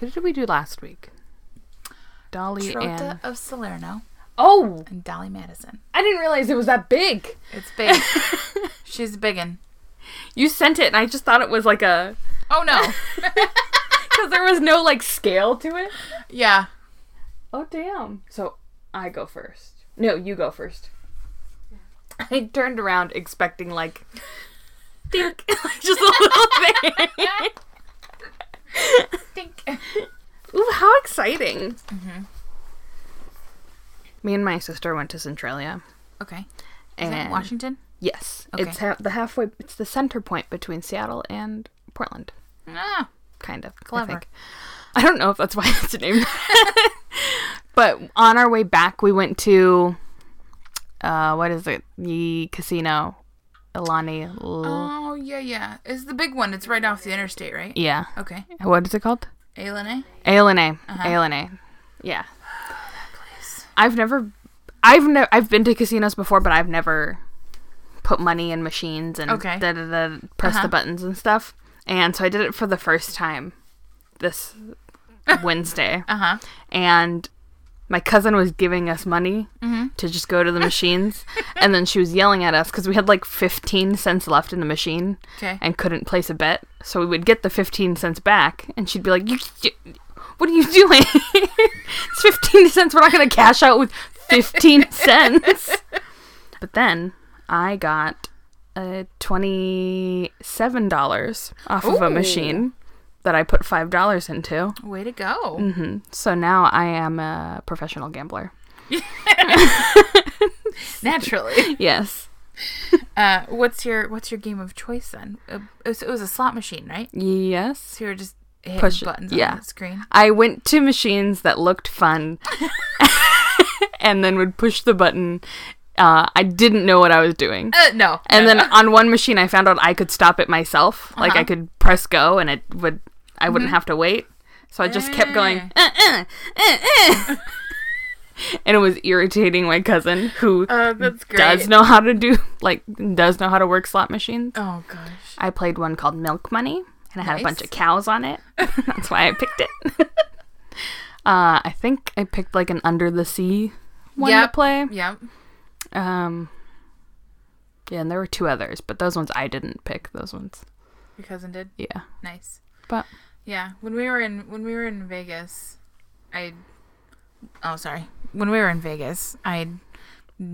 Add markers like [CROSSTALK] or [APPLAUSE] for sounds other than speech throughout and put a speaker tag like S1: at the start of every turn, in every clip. S1: Who did we do last week? Dolly
S2: Trota
S1: and
S2: of Salerno
S1: oh,
S2: and Dolly Madison.
S1: I didn't realize it was that big.
S2: It's
S1: [LAUGHS]
S2: big. She's biggin.
S1: You sent it, and I just thought it was like a
S2: Oh
S1: [LAUGHS]
S2: no.
S1: because there was no like scale to it.
S2: yeah.
S1: Oh damn! So I go first. No, you go first. I turned around expecting like, think [LAUGHS] just a little
S2: [LAUGHS]
S1: thing.
S2: Think.
S1: Ooh, how exciting!
S2: Mm-hmm.
S1: Me and my sister went to Centralia.
S2: Okay. Is
S1: And
S2: that Washington?
S1: Yes,
S2: Okay.
S1: it's ha- the halfway. It's the center point between Seattle and Portland,
S2: Ah.
S1: kind of. I
S2: Clever.
S1: think. I don't know if that's why it's named. that. [LAUGHS] but on our way back, we went to, uh, what is it? The casino, Ilani. L-
S2: Oh yeah, yeah. It's the big one. It's right off the interstate, right?
S1: yeah.
S2: Okay.
S1: What is it called?
S2: ALNA.
S1: ALNA.
S2: Uh-huh.
S1: ALNA. Yeah. I've never I've never I've been to casinos before, but I've never put money in machines and
S2: Okay.
S1: da da da press
S2: Uh-huh.
S1: the buttons and stuff. And so I did it for the first time
S2: [LAUGHS]
S1: this Wednesday.
S2: Uh huh.
S1: And my cousin was giving us money
S2: Mm-hmm.
S1: to just go to
S2: [LAUGHS]
S1: the machines. and then she was yelling at us because we had like 15 cents left in the machine
S2: Okay.
S1: and couldn't place a bet. So we would get the 15 cents back, and she'd be like, you, you- What are you doing? [LAUGHS] it's 15 cents. We're not going to cash out with 15 cents. But then I got uh, $27 off of a
S2: Ooh.
S1: machine that I put $5 into. Mm-hmm.
S2: Way to go.
S1: [LAUGHS] So now I am a professional gambler.
S2: Naturally.
S1: Yes.
S2: [LAUGHS] Uh, what's your What's your game of choice then? Uh, it, was, it was a slot machine, right?
S1: Yes.
S2: So you were just hitting
S1: Push-
S2: buttons
S1: yeah.
S2: on the screen.
S1: I went to machines that looked fun [LAUGHS] and then would push the button. Uh, I didn't know what I was doing.
S2: Uh, no.
S1: And
S2: No,
S1: then on one machine, I found out I could stop it myself. Like I could press go, and it would. I wouldn't have to wait. So I just kept going, uh, uh, uh, uh. [LAUGHS] and it was irritating my cousin who
S2: no. Uh, that's great.
S1: does know how to do like does know how to work slot machines.
S2: Oh gosh.
S1: I played one called Milk Money, and it had a bunch
S2: Nice.
S1: of cows on it. [LAUGHS] That's why I picked it. [LAUGHS] uh, I think I picked like an Under the Sea one
S2: Yep.
S1: to play.
S2: Yep.
S1: Um, yeah, and there were two others, but those ones I didn't pick. Those ones,
S2: Your cousin did.
S1: yeah.
S2: Nice.
S1: But
S2: Yeah, when we were in when we were in Vegas, I oh sorry, when we were in Vegas, I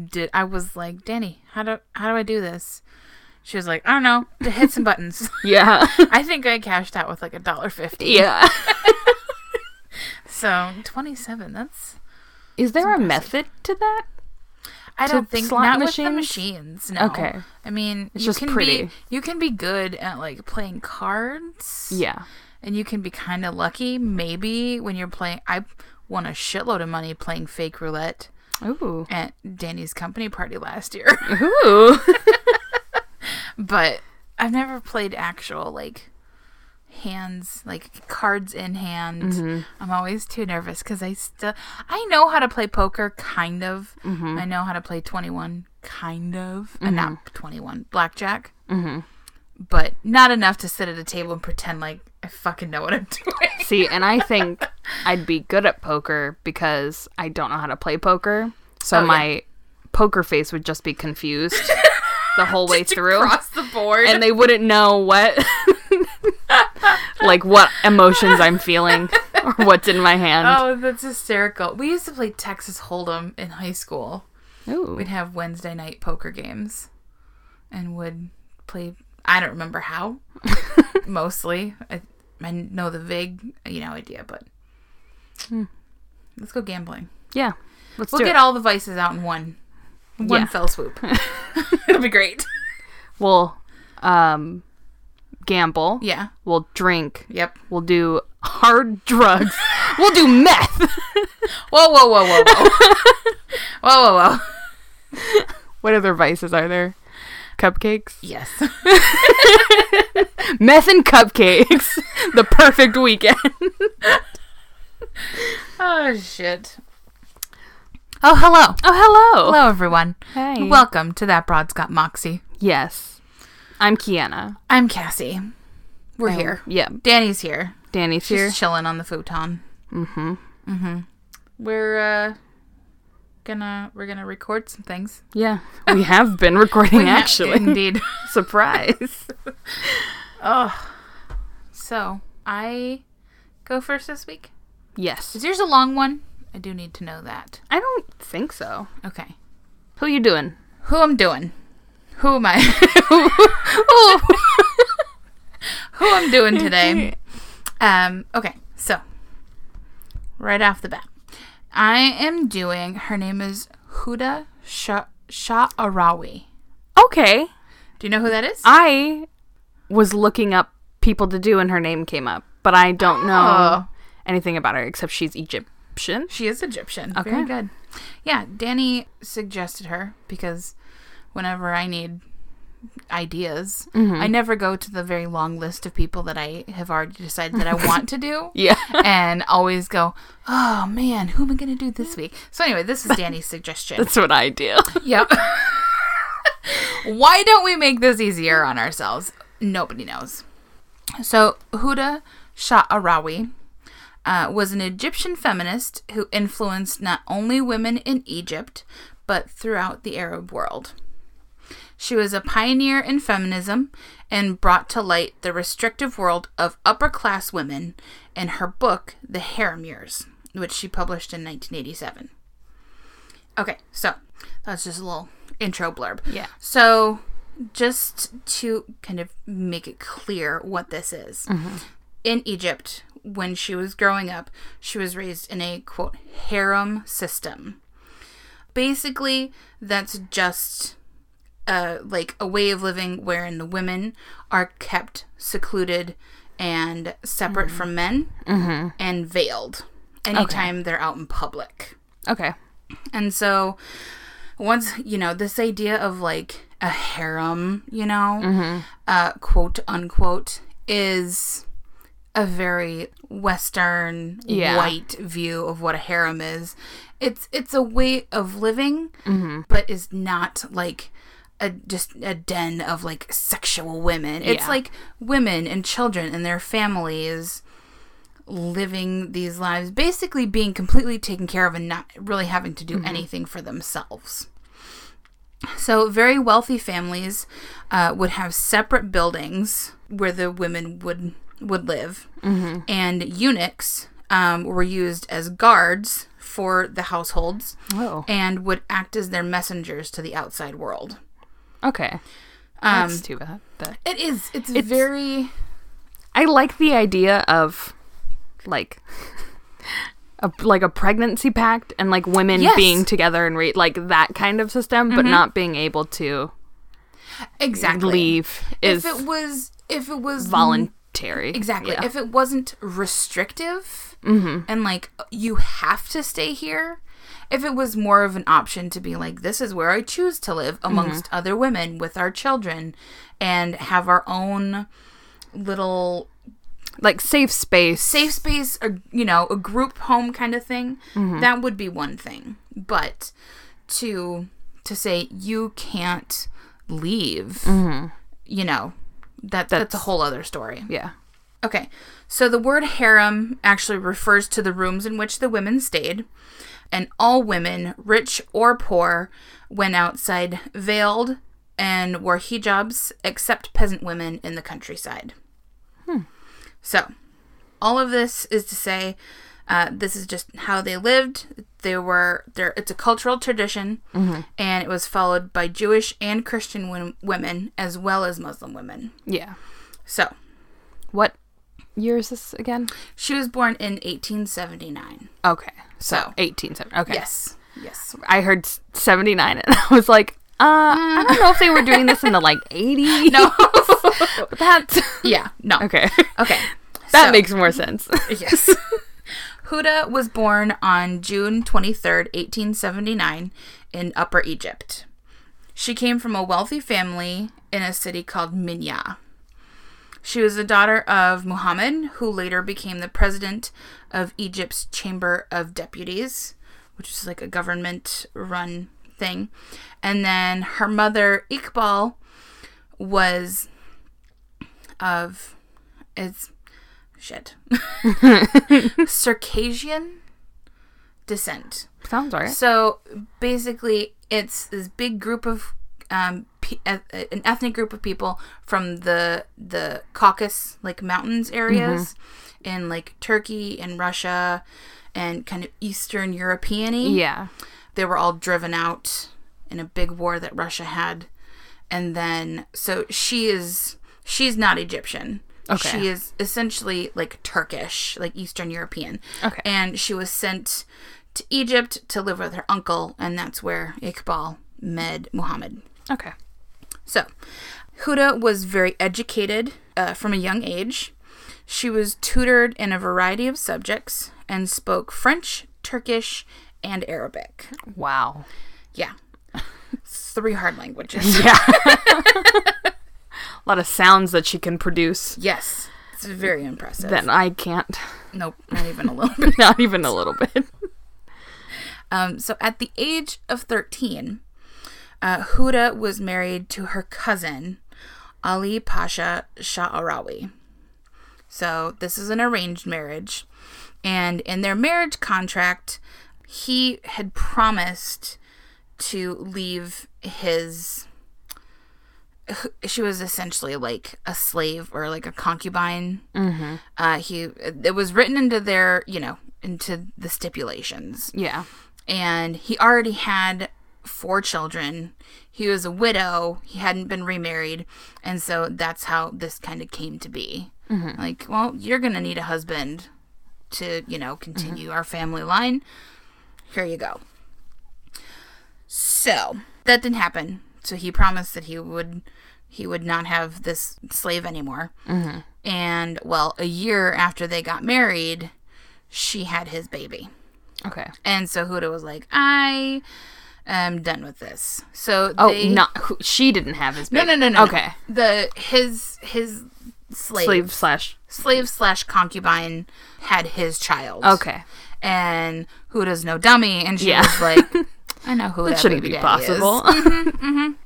S2: did I was like Danny, how do how do I do this? She was like, I don't know, to hit
S1: [LAUGHS]
S2: some buttons. [LAUGHS]
S1: yeah,
S2: I think I cashed out with like a dollar fifty.
S1: yeah.
S2: So twenty seven. That's
S1: Is there a method to that?
S2: I
S1: To
S2: don't think
S1: slot
S2: not with the
S1: machines?
S2: machines. No.
S1: Okay.
S2: I mean,
S1: It's
S2: you
S1: just
S2: can
S1: pretty.
S2: be you can be good at like playing cards.
S1: Yeah.
S2: and you can be kind of lucky maybe when you're playing i won a shitload of money playing fake roulette
S1: Ooh.
S2: at danny's company party last year [LAUGHS]
S1: Ooh.
S2: but i've never played actual like hands like cards in hand i'm always too nervous because i still i know how to play poker kind of i know how to play 21 kind of and not 21 blackjack but not enough to sit at a table and pretend like i fucking know what i'm [LAUGHS] doing
S1: See, and I think I'd be good at poker because I don't know how to play poker. So
S2: Oh, yeah.
S1: my poker face would just be confused
S2: [LAUGHS]
S1: the whole way through.
S2: across the board
S1: And they wouldn't know what like what emotions I'm feeling or what's in my hand.
S2: Oh, that's hysterical. We used to play Texas Hold'em in high school.
S1: Ooh.
S2: We'd have Wednesday night poker games and would play, I don't remember how, mostly. I, I know the vague, you know, idea, but let's go gambling.
S1: Yeah. Let's
S2: We'll
S1: do
S2: get
S1: it.
S2: all the vices out in one. One
S1: Yeah.
S2: fell swoop. [LAUGHS] It'll be great.
S1: We'll um gamble.
S2: Yeah.
S1: We'll drink.
S2: Yep.
S1: We'll do hard drugs. we'll do
S2: [LAUGHS]
S1: meth.
S2: Whoa, whoa, whoa, whoa, whoa. whoa, whoa, whoa.
S1: What other vices are there? Cupcakes?
S2: Yes.
S1: Meth and cupcakes. [LAUGHS] the perfect weekend.
S2: [LAUGHS] oh, shit. Oh, hello.
S1: [LAUGHS] Oh, hello.
S2: Hello, everyone.
S1: Hey.
S2: Welcome to That Broad's Got Moxie.
S1: yes. I'm Kiana.
S2: I'm Cassie. We're
S1: Oh.
S2: here.
S1: Yeah,
S2: Danny's here.
S1: Danny's
S2: She's Mm-hmm.
S1: here.
S2: chilling on the futon.
S1: hmm
S2: We're uh gonna we're gonna record some things.
S1: Yeah, [LAUGHS] we have been
S2: [LAUGHS]
S1: recording
S2: Yeah,
S1: actually.
S2: indeed.
S1: Surprise.
S2: oh, so I go first this week.
S1: yes.
S2: Is yours a long one? I do need to know that.
S1: I don't think so.
S2: Okay.
S1: Who you doing?
S2: Who I'm doing? Who am I? [LAUGHS] who,
S1: Oh,
S2: who, who I'm doing [LAUGHS] today? Um. Okay. So, right off the bat, I am doing. Her name is Huda Sha Sha'arawi.
S1: Okay.
S2: Do you know who that is?
S1: I was looking up people to do and her name came up, but I don't know
S2: Oh.
S1: anything about her except she's Egyptian.
S2: She is Egyptian. Very
S1: Okay.
S2: good. Yeah, Danny suggested her because whenever I need ideas, I never go to the very long list of people that I have already decided [LAUGHS] that I want to do.
S1: Yeah. [LAUGHS]
S2: and always go, oh man, who am I going to do [LAUGHS] this week? So, anyway, this is Danny's suggestion.
S1: That's what I do.
S2: yep. [LAUGHS] Why don't we make this easier on ourselves? Nobody knows. So, Huda Sha'arawi uh, was an Egyptian feminist who influenced not only women in Egypt, but throughout the Arab world. She was a pioneer in feminism and brought to light the restrictive world of upper class women in her book, The Harem Years, which she published in 1987. Okay, so that's just a little intro blurb.
S1: Yeah.
S2: So, just to kind of make it clear what this is in Egypt, when she was growing up, she was raised in a quote harem system. Basically, that's just uh, like a way of living wherein the women are kept secluded and separate from men and veiled anytime they're out in public.
S1: Okay.
S2: And so once, you know, this idea of like a harem, you know,
S1: Mm-hmm.
S2: uh, quote unquote, is a very Western
S1: Yeah.
S2: white view of what a harem is. It's it's a way of living,
S1: Mm-hmm.
S2: but is not like a just a den of like sexual women. It's
S1: Yeah.
S2: like women and children and their families living these lives, basically being completely taken care of and not really having to do anything for themselves. So, very wealthy families uh, would have separate buildings where the women would would live, and eunuchs um, were used as guards for the households
S1: Whoa.
S2: and would act as their messengers to the outside world.
S1: Okay. Um, That's too bad. That
S2: It is. It's, very.
S1: I like the idea of like [LAUGHS] a like a pregnancy pact and like women
S2: Yes. Mm-hmm.
S1: being together and re- like that kind of system, but not being able to
S2: Exactly.
S1: leave is
S2: If it was. If it was
S1: voluntary.
S2: Exactly.
S1: Yeah.
S2: If it wasn't restrictive and like you have to stay here, if it was more of an option to be like, this is where I choose to live amongst other women with our children and have our own little
S1: like safe space.
S2: safe space or, you know, a group home kind of thing, that would be one thing. But to to say you can't leave, you know, that, that's a
S1: That's-
S2: whole other story.
S1: Yeah.
S2: Okay, so the word harem actually refers to the rooms in which the women stayed, and all women, rich or poor, went outside veiled and wore hijabs, except peasant women in the countryside. So, all of this is to say, uh, this is just how they lived. They were there. It's a cultural tradition, and it was followed by Jewish and Christian wom- women as well as Muslim women.
S1: Yeah.
S2: So,
S1: What year is this again?
S2: She was born in 1879.
S1: Okay. So,
S2: So,
S1: 1870. Okay.
S2: yes. Yes.
S1: I heard s- 79 [LAUGHS] and I was like, uh, I don't know if they were doing this in the like 80s.
S2: [LAUGHS] No.
S1: but [LAUGHS]
S2: [LAUGHS]
S1: that's
S2: yeah. No.
S1: Okay.
S2: Okay.
S1: That
S2: Oh, So,
S1: makes more sense. [LAUGHS]
S2: Yes. [LAUGHS] Huda was born on June 23rd, 1879, in Upper Egypt. She came from a wealthy family in a city called Minya. She was the daughter of Muhammad, who later became the president of Egypt's Chamber of Deputies, which is like a government run thing. And then her mother, Iqbal, was of It's shit. Circassian descent.
S1: Sounds alright.
S2: So basically, it's this big group of um, pe- eth- an ethnic group of people from the the Caucasus like mountains areas in like Turkey and Russia and kind of Eastern European.
S1: Yeah.
S2: They were all driven out in a big war that Russia had, and then so she is she's not Egyptian.
S1: Okay.
S2: She is essentially like Turkish, like Eastern European.
S1: Okay.
S2: And she was sent to Egypt to live with her uncle, and that's where Iqbal met Muhammad.
S1: Okay.
S2: So, Huda was very educated uh, from a young age. She was tutored in a variety of subjects and spoke French, Turkish, and Arabic.
S1: Wow. [LAUGHS]
S2: Yeah. Three hard languages.
S1: Yeah. a lot of sounds that she can produce
S2: Yes. It's very impressive.
S1: that I can't. [LAUGHS]
S2: nope, not even a little bit.
S1: Not even a little bit.
S2: Um, so, at the age of 13, uh, Huda was married to her cousin, Ali Pasha Sha'arawi. So, this is an arranged marriage. And in their marriage contract, he had promised to leave his. She was essentially like a slave or like a concubine. Mm-hmm. Uh, he it was written into their you know into the stipulations
S1: Yeah.
S2: and he already had four children. He was a widow. He hadn't been remarried, and so that's how this kind of came to be. Like, well, you're gonna need a husband to, you know, continue our family line. Here you go. So that didn't happen. So he promised that he would he would not have this slave anymore. And well, a year after they got married, she had his baby.
S1: Okay.
S2: And so Huda was like, I am done with this. So
S1: Oh,
S2: they,
S1: not who, she didn't have his
S2: no,
S1: baby.
S2: no, no, no.
S1: Okay.
S2: no. The his his slave slave,
S1: Slave slash.
S2: slash concubine had his child.
S1: Okay.
S2: and Huda's no dummy, and she
S1: Yeah.
S2: was like, I know who that,
S1: Shouldn't
S2: baby
S1: be
S2: daddy is."
S1: possible. [LAUGHS]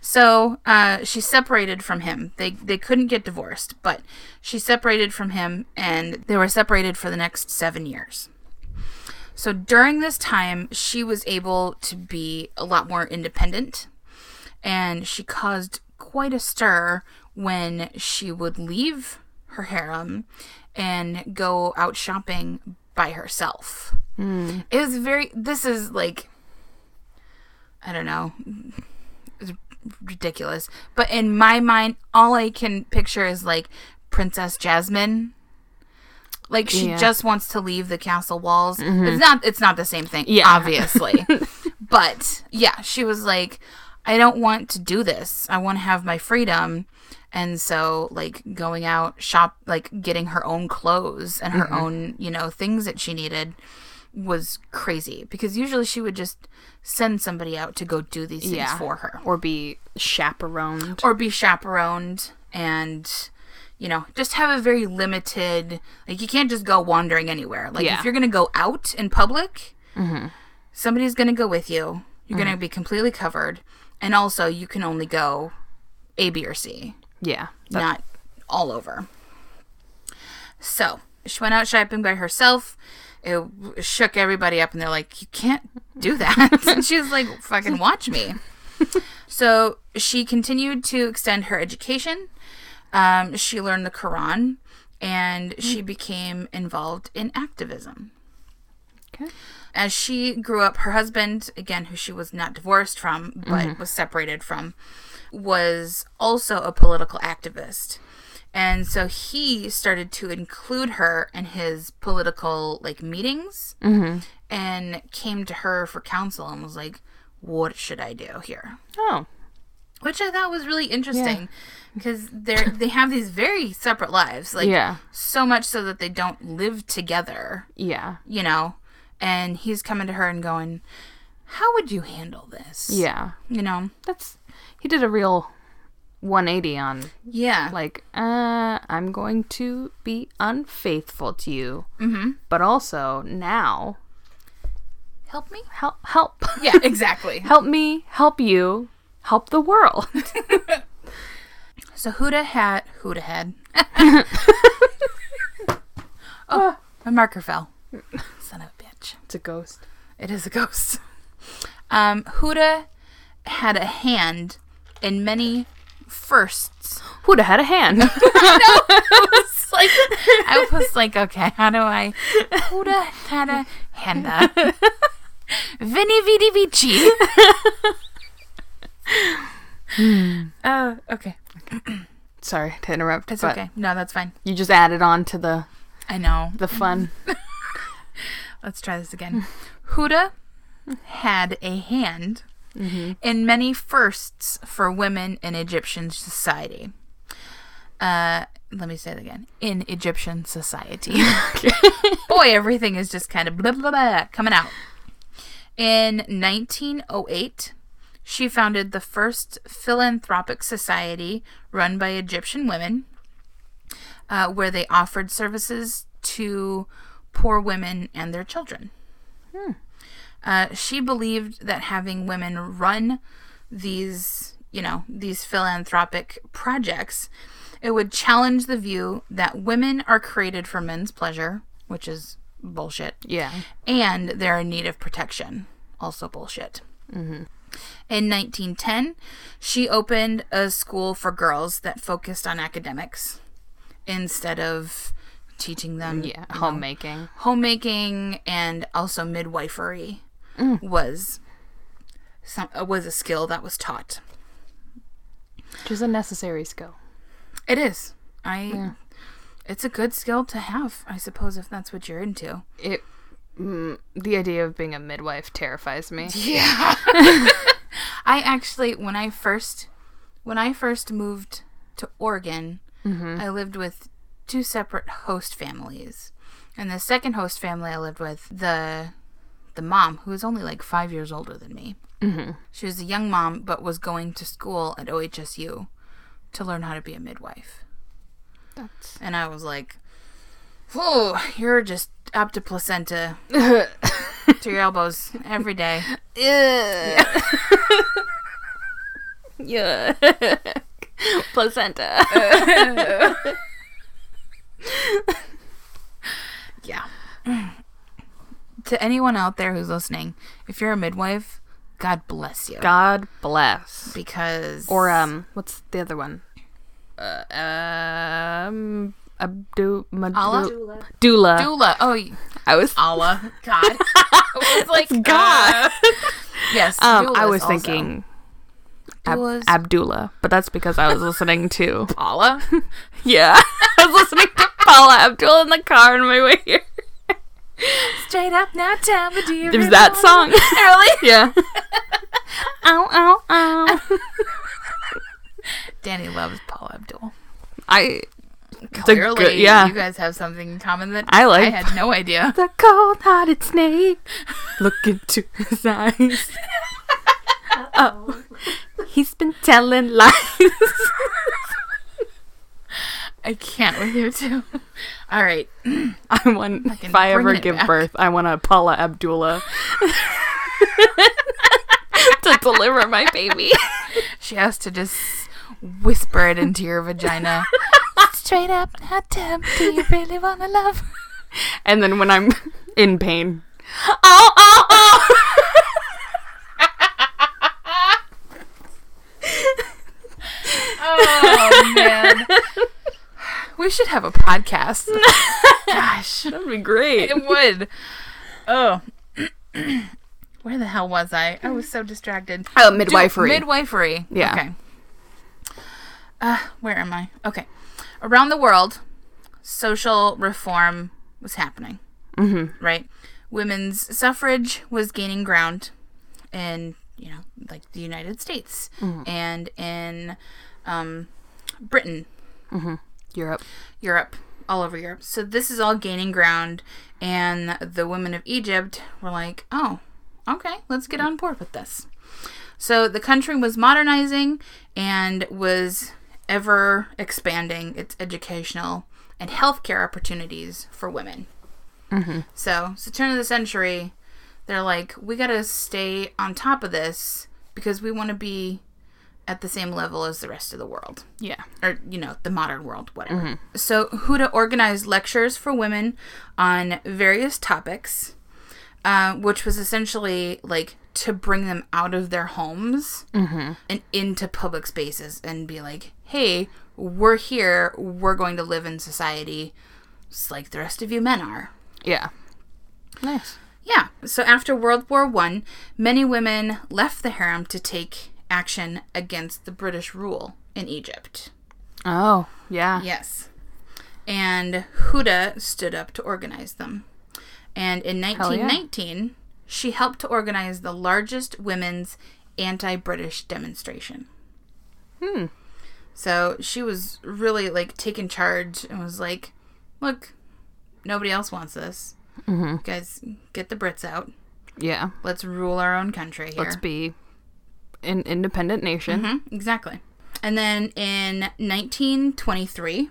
S2: So uh, she separated from him. They they couldn't get divorced, but she separated from him, and they were separated for the next seven years. So during this time, she was able to be a lot more independent, and she caused quite a stir when she would leave her harem and go out shopping by herself. It was very. This is like, I don't know ridiculous. But in my mind, all I can picture is like Princess Jasmine. Like she
S1: Yeah.
S2: just wants to leave the castle walls. It's not it's not the same thing,
S1: Mm-hmm. Yeah. [LAUGHS]
S2: obviously. but yeah, she was like I don't want to do this. I want to have my freedom. And so like going out shop like getting her own clothes and her
S1: Mm-hmm.
S2: own, you know, things that she needed was crazy because usually she would just send somebody out to go do these things
S1: Yeah.
S2: for her
S1: or be chaperoned.
S2: or be chaperoned and you know just have a very limited like you can't just go wandering anywhere like
S1: Yeah.
S2: if you're gonna go out in public somebody's gonna go with you you're gonna be completely covered and also you can only go a b or c
S1: yeah. That-
S2: not all over. So she went out shopping by herself. It w- shook everybody up, and they're like, "You can't do that." [LAUGHS] and she was like, "Fucking watch me." so she continued to extend her education. Um, she learned the Quran, and she became involved in activism.
S1: okay.
S2: As she grew up, her husband, again, who she was not divorced from, but was separated from, was also a political activist. And so he started to include her in his political like meetings and came to her for counsel and was like, What should I do here?
S1: Oh.
S2: Which I thought was really interesting because they're they have these very separate lives. Like
S1: Yeah.
S2: so much so that they don't live together
S1: Yeah.
S2: you know, and he's coming to her and going, How would you handle this?
S1: Yeah.
S2: You know?
S1: That's he did a real 180 on
S2: Yeah.
S1: like uh I'm going to be unfaithful to you. Mm-hmm. But also now
S2: Help me?
S1: help help
S2: Yeah,
S1: [LAUGHS]
S2: [LAUGHS] exactly.
S1: help me help you help the world.
S2: So Huda had Huda had. [LAUGHS] oh, my marker fell. Son of a bitch.
S1: [LAUGHS] It's a ghost.
S2: It is a ghost. Um, Huda had a hand in many firsts.
S1: Who'd have had a hand?
S2: It's [LAUGHS] like I was like, okay, how do I? Huda had a [LAUGHS] hand. Vinny Vidi [LAUGHS] Vici. Oh, okay.
S1: [LAUGHS] Sorry to interrupt.
S2: That's
S1: but
S2: okay. No, that's fine.
S1: You just added on to the
S2: I know.
S1: the fun.
S2: Let's try this again. [LAUGHS] Huda had a hand in many firsts for women in Egyptian society. Uh, let me say it again. In Egyptian society. Boy, everything is just kind of blah, blah, blah coming out. In 1908, she founded the first philanthropic society run by Egyptian women uh, where they offered services to poor women and their children. Uh, she believed that having women run these, you know, these philanthropic projects, it would challenge the view that women are created for men's pleasure, which is bullshit
S1: [LAUGHS] Yeah.
S2: and they're in need of protection. Also bullshit. Mm-hmm. In 1910, she opened a school for girls that focused on academics instead of teaching them
S1: Yeah. Homemaking.
S2: homemaking and also midwifery was some, uh, was a skill that was taught.
S1: Which is a necessary skill.
S2: It is. I it's a good skill to have, I suppose if that's what you're into.
S1: It. Mm, the idea of being a midwife terrifies [LAUGHS] me.
S2: Yeah. I actually when I first when I first moved to Oregon, I lived with two separate host families. And the second host family I lived with, the the mom, who was only like five years older than me. Mm-hmm. She was a young mom, but was going to school at OHSU to learn how to be a midwife.
S1: That's
S2: And I was like, "Oh, you're just up to placenta to your elbows every day."
S1: yeah. [LAUGHS] Placenta.
S2: Yeah. [CLEARS THROAT] to anyone out there who's listening, if you're a midwife, God bless you.
S1: God bless.
S2: Because
S1: Or um, what's the other one? Uh,
S2: uh,
S1: um, Abdu Madu-
S2: Allah?
S1: Doula.
S2: doula. Oh, y-
S1: I was
S2: Allah.
S1: [LAUGHS]
S2: God. I was like
S1: God.
S2: uh, [LAUGHS] yes.
S1: um, I
S2: doulas
S1: was
S2: also.
S1: thinking Ab-
S2: Doulas.
S1: Abdullah, but that's because I was listening [LAUGHS] to
S2: Allah.
S1: yeah, I was listening to Paula Abdullah in the car on my way here.
S2: Straight up now, time do you
S1: There's that [LAUGHS]
S2: remember?
S1: song.
S2: Really?
S1: yeah. ow, ow, ow.
S2: Danny loves Paul Abdul.
S1: I a
S2: Clearly,
S1: good- yeah.
S2: you guys have something in common that
S1: I like-
S2: I had no idea.
S1: the cold-hearted snake. Look into his [LAUGHS] eyes. Oh, he's been telling lies.
S2: I can't with you two. [LAUGHS] All right.
S1: [LAUGHS] I want
S2: Fucking
S1: if I ever
S2: bringing it
S1: give
S2: back.
S1: birth, I want a Paula Abdullah [LAUGHS] to deliver my baby.
S2: She has to just whisper it into your vagina. [LAUGHS] Straight up, hot tub. Do you really want to love?
S1: And then when I'm in pain, oh, oh, oh.
S2: Oh man, we should have a [LAUGHS] podcast. Gosh,
S1: [LAUGHS] That'd be great.
S2: it would. Oh, [CLEARS THROAT] where the hell was I? I was so distracted.
S1: Oh,
S2: Do-
S1: midwifery.
S2: midwifery.
S1: Yeah.
S2: Okay. Uh, where am I? Okay. Around the world, social reform was happening. Mm-hmm. Right? Women's suffrage was gaining ground in, you know, like the United States and in um, Britain,
S1: Europe.
S2: Europe, all over Europe. So this is all gaining ground. And the women of Egypt were like, oh, okay, let's get on board with this. So the country was modernizing and was ever expanding its educational and healthcare opportunities for women. So, so turn of the century, they're like, we got to stay on top of this because we want to be at the same level as the rest of the world
S1: Yeah.
S2: or you know the modern world whatever so huda organized lectures for women on various topics uh, which was essentially like to bring them out of their homes and into public spaces and be like hey we're here we're going to live in society just like the rest of you men are
S1: Yeah. Nice.
S2: yeah. So after World War One, many women left the harem to take action against the British rule in Egypt.
S1: Oh, yeah.
S2: Yes. And Huda stood up to organize them. And in
S1: yeah.
S2: 1919, she helped to organize the largest women's anti British demonstration.
S1: Hmm.
S2: So she was really like taking charge and was like, look, nobody else wants this.
S1: Mm-hmm.
S2: You guys, get the Brits out.
S1: Yeah.
S2: Let's rule our own country here.
S1: Let's be an independent nation.
S2: Mhm, exactly. And then in 1923,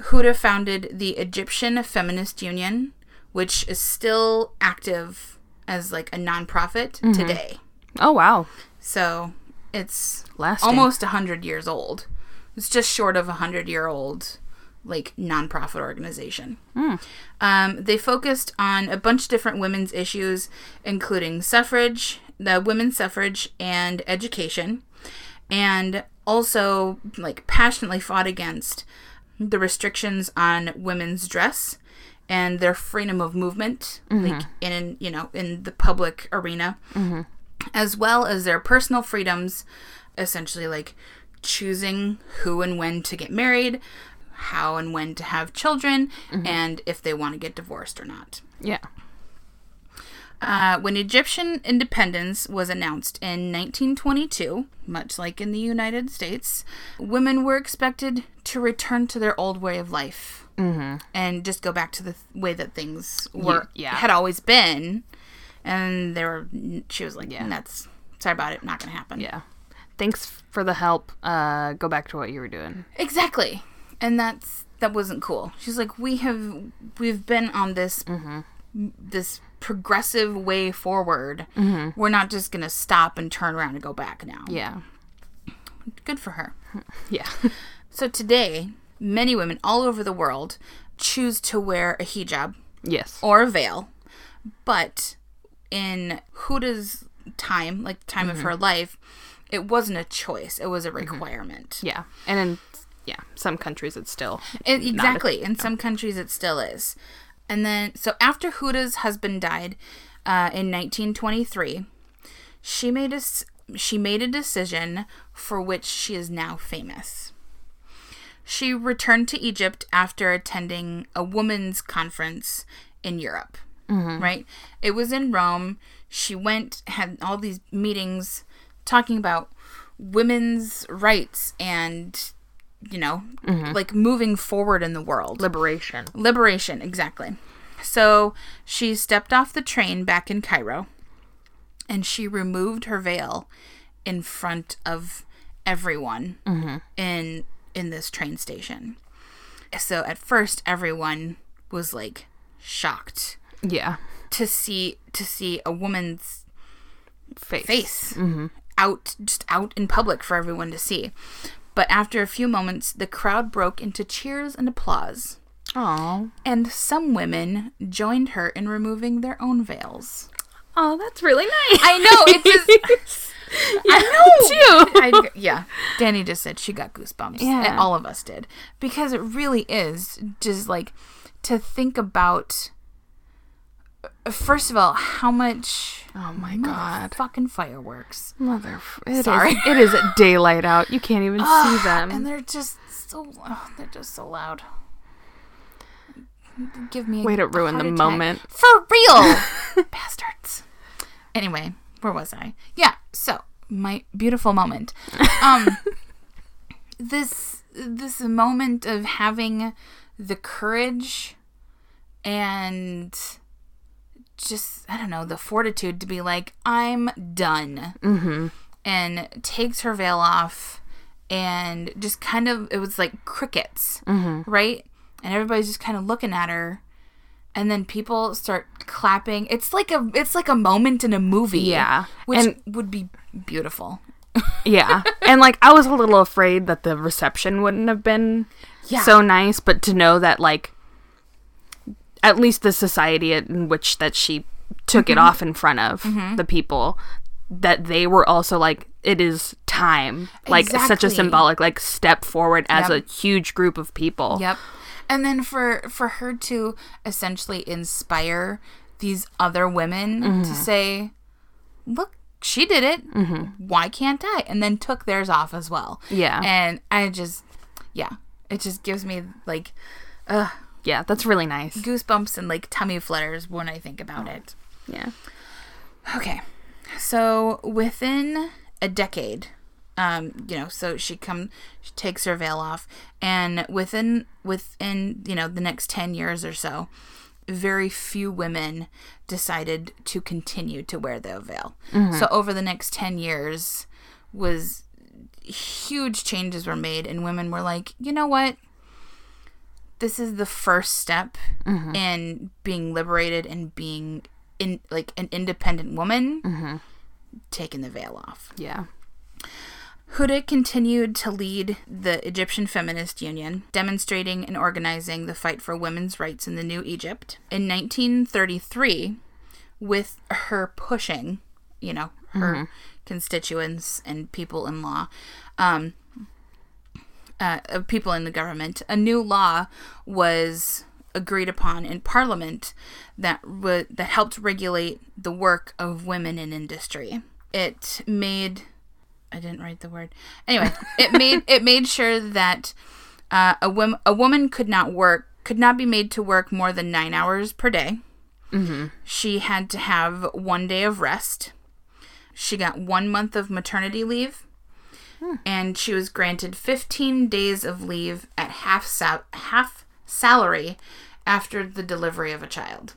S2: Huda founded the Egyptian Feminist Union, which is still active as like a nonprofit today.
S1: Oh, wow.
S2: So it's
S1: Lasting.
S2: almost 100 years old. It's just short of a 100 year old like nonprofit organization. Um, they focused on a bunch of different women's issues, including suffrage, the women's suffrage, and education, and also like passionately fought against the restrictions on women's dress and their freedom of movement, like in you know in the public arena, as well as their personal freedoms, essentially like choosing who and when to get married, how and when to have children,
S1: Mm-hmm.
S2: and if they want to get divorced or not.
S1: Yeah.
S2: Uh, when Egyptian independence was announced in 1922, much like in the United States, women were expected to return to their old way of life and just go back to the th- way that things were
S1: Mm-hmm. yeah.
S2: had always been. And they were, she was like, "That's sorry about it, not gonna happen."
S1: Yeah. Thanks for the help. Uh, go back to what you were doing.
S2: Exactly. And that's that wasn't cool. She's like, "We have we've been on this this progressive way forward. We're not just going to stop and turn around and go back now."
S1: Yeah.
S2: Good for her.
S1: Yeah.
S2: So today, many women all over the world choose to wear a hijab
S1: [LAUGHS] yes.
S2: or a veil. But in Huda's time, like time of her life, it wasn't a choice. It was a requirement.
S1: Yeah. And in yeah, some countries it's still
S2: It, exactly. In some countries, it still is. And then, so after Huda's husband died uh, in 1923, she made a s- she made a decision for which she is now famous. She returned to Egypt after attending a women's conference in Europe. Right? It was in Rome. She went, had all these meetings talking about women's rights and, you know, like moving forward in the world.
S1: liberation.
S2: Liberation, exactly. So she stepped off the train back in Cairo and she removed her veil in front of everyone in in this train station. So at first everyone was like shocked
S1: Yeah.
S2: to see to see a woman's
S1: Face.
S2: face out just out in public for everyone to see. But after a few moments the crowd broke into cheers and applause
S1: Oh.
S2: and some women joined her in removing their own veils.
S1: Oh, that's really [LAUGHS] nice.
S2: I know it's
S1: [LAUGHS]
S2: just,
S1: I [LAUGHS] know too.
S2: I, yeah. Danny just said she got goosebumps.
S1: Yeah.
S2: and all of us did because it really is just like to think about. First of all, how much
S1: Oh my god.
S2: fucking fireworks,
S1: Mother. It is-
S2: Sorry.
S1: it is daylight out. You can't [SIGHS] even see them.
S2: and they're just so oh, they're just so loud. Give me a
S1: Way to ruin
S2: heart
S1: the
S2: attack.
S1: moment.
S2: For real! [LAUGHS] Bastards. Anyway, where was I? Yeah, so my beautiful moment. Um [LAUGHS] this this moment of having the courage and just I don't know, the fortitude to be like, I'm done. Mm-hmm. And takes her veil off and just kind of it was like crickets.
S1: Mm-hmm.
S2: Right? And everybody's just kind of looking at her and then people start clapping. It's like a it's like a moment in a movie.
S1: Yeah.
S2: which
S1: And-
S2: would be beautiful.
S1: Yeah. and like I was a little afraid that the reception wouldn't have been
S2: Yeah.
S1: so nice, but to know that like at least the society in which that she took it
S2: Mm-hmm.
S1: off in front of the people that they were also like it is time like such a
S2: Exactly.
S1: symbolic like step forward as
S2: Yep.
S1: a huge group of people
S2: Yep. And then for for her to essentially inspire these other women to say, "Look, she did it. Why can't I?" And then took theirs off as well.
S1: Yeah.
S2: And I just, yeah, it just gives me like uh,
S1: yeah that's really nice
S2: goosebumps and like tummy flutters when I think about it.
S1: yeah
S2: Okay. So within a decade, um, you know, so she come she takes her veil off and within within, you know, the next 10 years or so, very few women decided to continue to wear their veil. So over the next 10 years was huge changes were made and women were like, "You know what? this is the first step in being liberated and being in like an independent woman taking the veil off.
S1: yeah
S2: Huda continued to lead the Egyptian Feminist Union, demonstrating and organizing the fight for women's rights in the New Egypt. In 1933, with her pushing, you know, her constituents and people in law, um, uh, uh, people in the government, a new law was agreed upon in Parliament that wa that helped regulate the work of women in industry. It made I didn't write the word. Anyway, it made it made sure that uh, a woman a woman could not work could not be made to work more than nine hours per day. She had to have one day of rest. She got one month of maternity leave, and she was granted fifteen days of leave at half sal- half salary after the delivery of a child,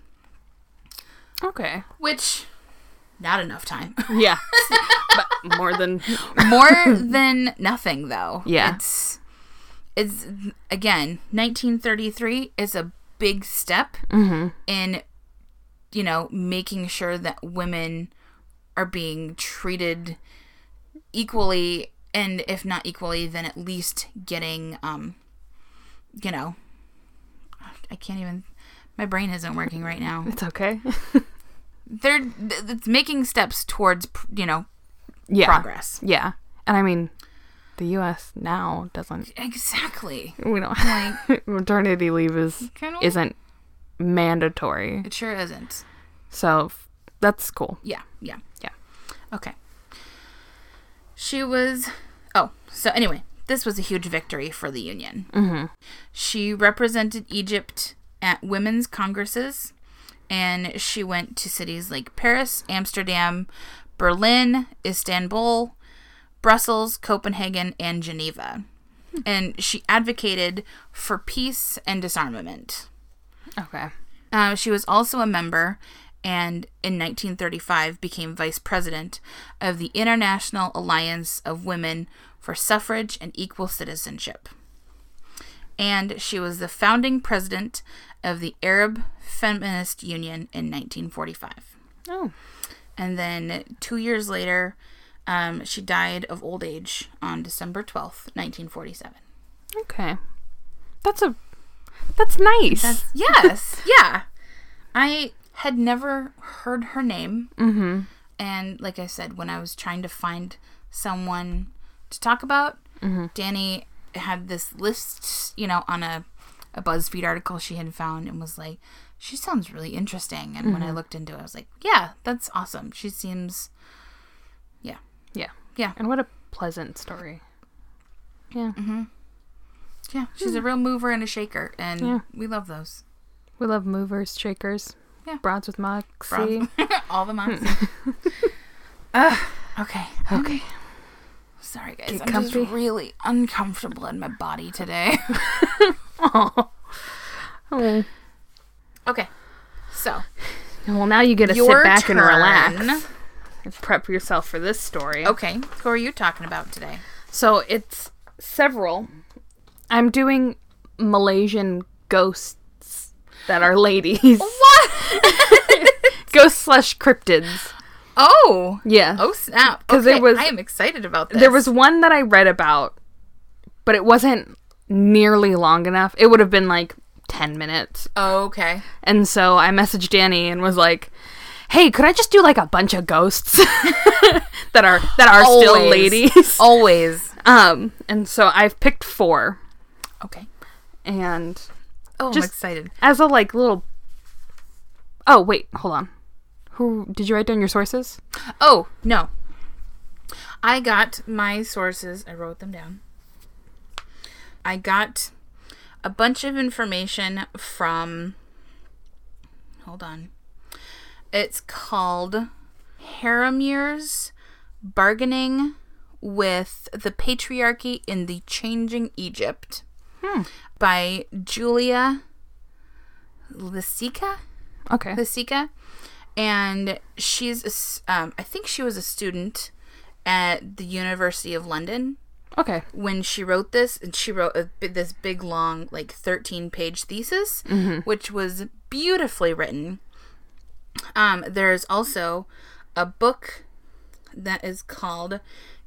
S1: okay
S2: which not enough time. [LAUGHS]
S1: yeah [LAUGHS] but more than [LAUGHS]
S2: more than nothing though.
S1: Yeah.
S2: It's it's again, 1933 is a big step
S1: Mm-hmm.
S2: in you know, making sure that women are being treated equally and if not equally then at least getting um you know I can't even my brain isn't working right now
S1: it's okay
S2: they're th- it's making steps towards you know
S1: yeah
S2: progress
S1: yeah and i mean the us now doesn't
S2: exactly
S1: we don't have [LAUGHS] maternity leave is
S2: Can we-
S1: isn't mandatory.
S2: It sure isn't.
S1: So f- that's cool.
S2: Yeah, yeah,
S1: Yeah.
S2: Okay. She was. Oh, so anyway, this was a huge victory for the Union. Mm-hmm. She represented Egypt at women's congresses, and she went to cities like Paris, Amsterdam, Berlin, Istanbul, Brussels, Copenhagen, and Geneva. And she advocated for peace and disarmament.
S1: Okay.
S2: Uh, she was also a member and in 1935 became vice president of the International Alliance of Women for Suffrage and Equal Citizenship. And she was the founding president of the Arab Feminist Union in 1945.
S1: Oh.
S2: And then two years later, um, she died of old age on December 12th, 1947.
S1: Okay. That's a that's nice.
S2: yes, yeah. I had never heard her name. Mm-hmm. And like I said, when I was trying to find someone to talk about, Danny had this list, you know, on a, a BuzzFeed article she had found and was like, she sounds really interesting. And when I looked into it, I was like, yeah, that's awesome. She seems, yeah,
S1: yeah.
S2: yeah,
S1: And what a pleasant story. Yeah.
S2: yeah. She's a real mover and a shaker. And
S1: Yeah.
S2: we love those.
S1: We love movers, shakers.
S2: Yeah.
S1: Broads with moxie.
S2: Bronze. All the moms. [LAUGHS] okay.
S1: Hmm. Okay.
S2: Sorry, guys.
S1: Get
S2: I'm just
S1: comfy.
S2: really uncomfortable in my body today.
S1: [LAUGHS]
S2: [LAUGHS]
S1: Oh. oh.
S2: okay. So,
S1: Well, now you get to sit
S2: Your
S1: back and
S2: turn.
S1: relax. And prep yourself for this story.
S2: okay. Who are you talking about today?
S1: So it's several. I'm doing Malaysian ghosts that are ladies.
S2: [LAUGHS]
S1: [LAUGHS]
S2: What?
S1: ghosts slash cryptids.
S2: Oh.
S1: Yeah.
S2: Oh snap!
S1: 'Cause there
S2: Okay,
S1: was-
S2: I am excited about this.
S1: There was one that I read about, but it wasn't nearly long enough. It would have been like 10 minutes.
S2: Oh, okay.
S1: And so I messaged Danny and was like, "Hey, could I just do like a bunch of ghosts [LAUGHS] that are that are still
S2: Always.
S1: ladies?" [LAUGHS]
S2: Always.
S1: Um, and so I've picked 4
S2: Okay.
S1: and
S2: Oh,
S1: Just-
S2: I'm excited.
S1: as a like little Oh, wait, hold on. Who did you write down your sources?
S2: Oh no. I got my sources. I wrote them down. I got a bunch of information from. Hold on. It's called Harem Years Bargaining with the Patriarchy in the Changing Egypt by Julia Lisica.
S1: Okay.
S2: Pasika, and she's a s um, I think she was a student at the University of London
S1: Okay.
S2: when she wrote this, and she wrote a, bi- this big long like thirteen page thesis, which was beautifully written. Um, there is also a book that is called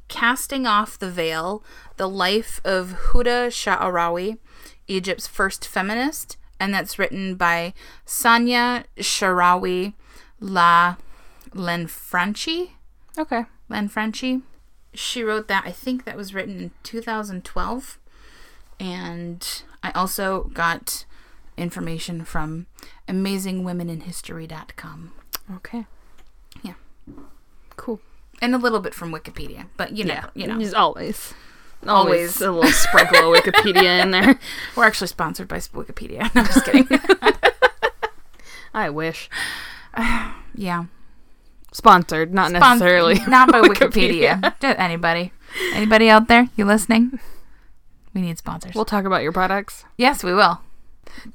S2: Casting Off the Veil The Life of Huda Sha'arawi, Egypt's First Feminist, and that's written by Sanya Sharawi La Lenfranchi.
S1: Okay.
S2: Len Franchi. She wrote that, I think that was written in 2012. And I also got information from amazingwomeninhistory.com
S1: Okay.
S2: Yeah.
S1: Cool.
S2: and a little bit from Wikipedia, but you know, you know.
S1: Just always. Always,
S2: Always.
S1: a little sprinkle of Wikipedia in there.
S2: We're actually sponsored by Wikipedia. [LAUGHS] No, I'm just kidding.
S1: [LAUGHS] I wish.
S2: yeah.
S1: Sponsored, not
S2: Spons-
S1: necessarily.
S2: Not by
S1: Wikipedia.
S2: Wikipedia. Just anybody. Anybody out there? You listening? We need sponsors.
S1: We'll talk about your products.
S2: yes, we will.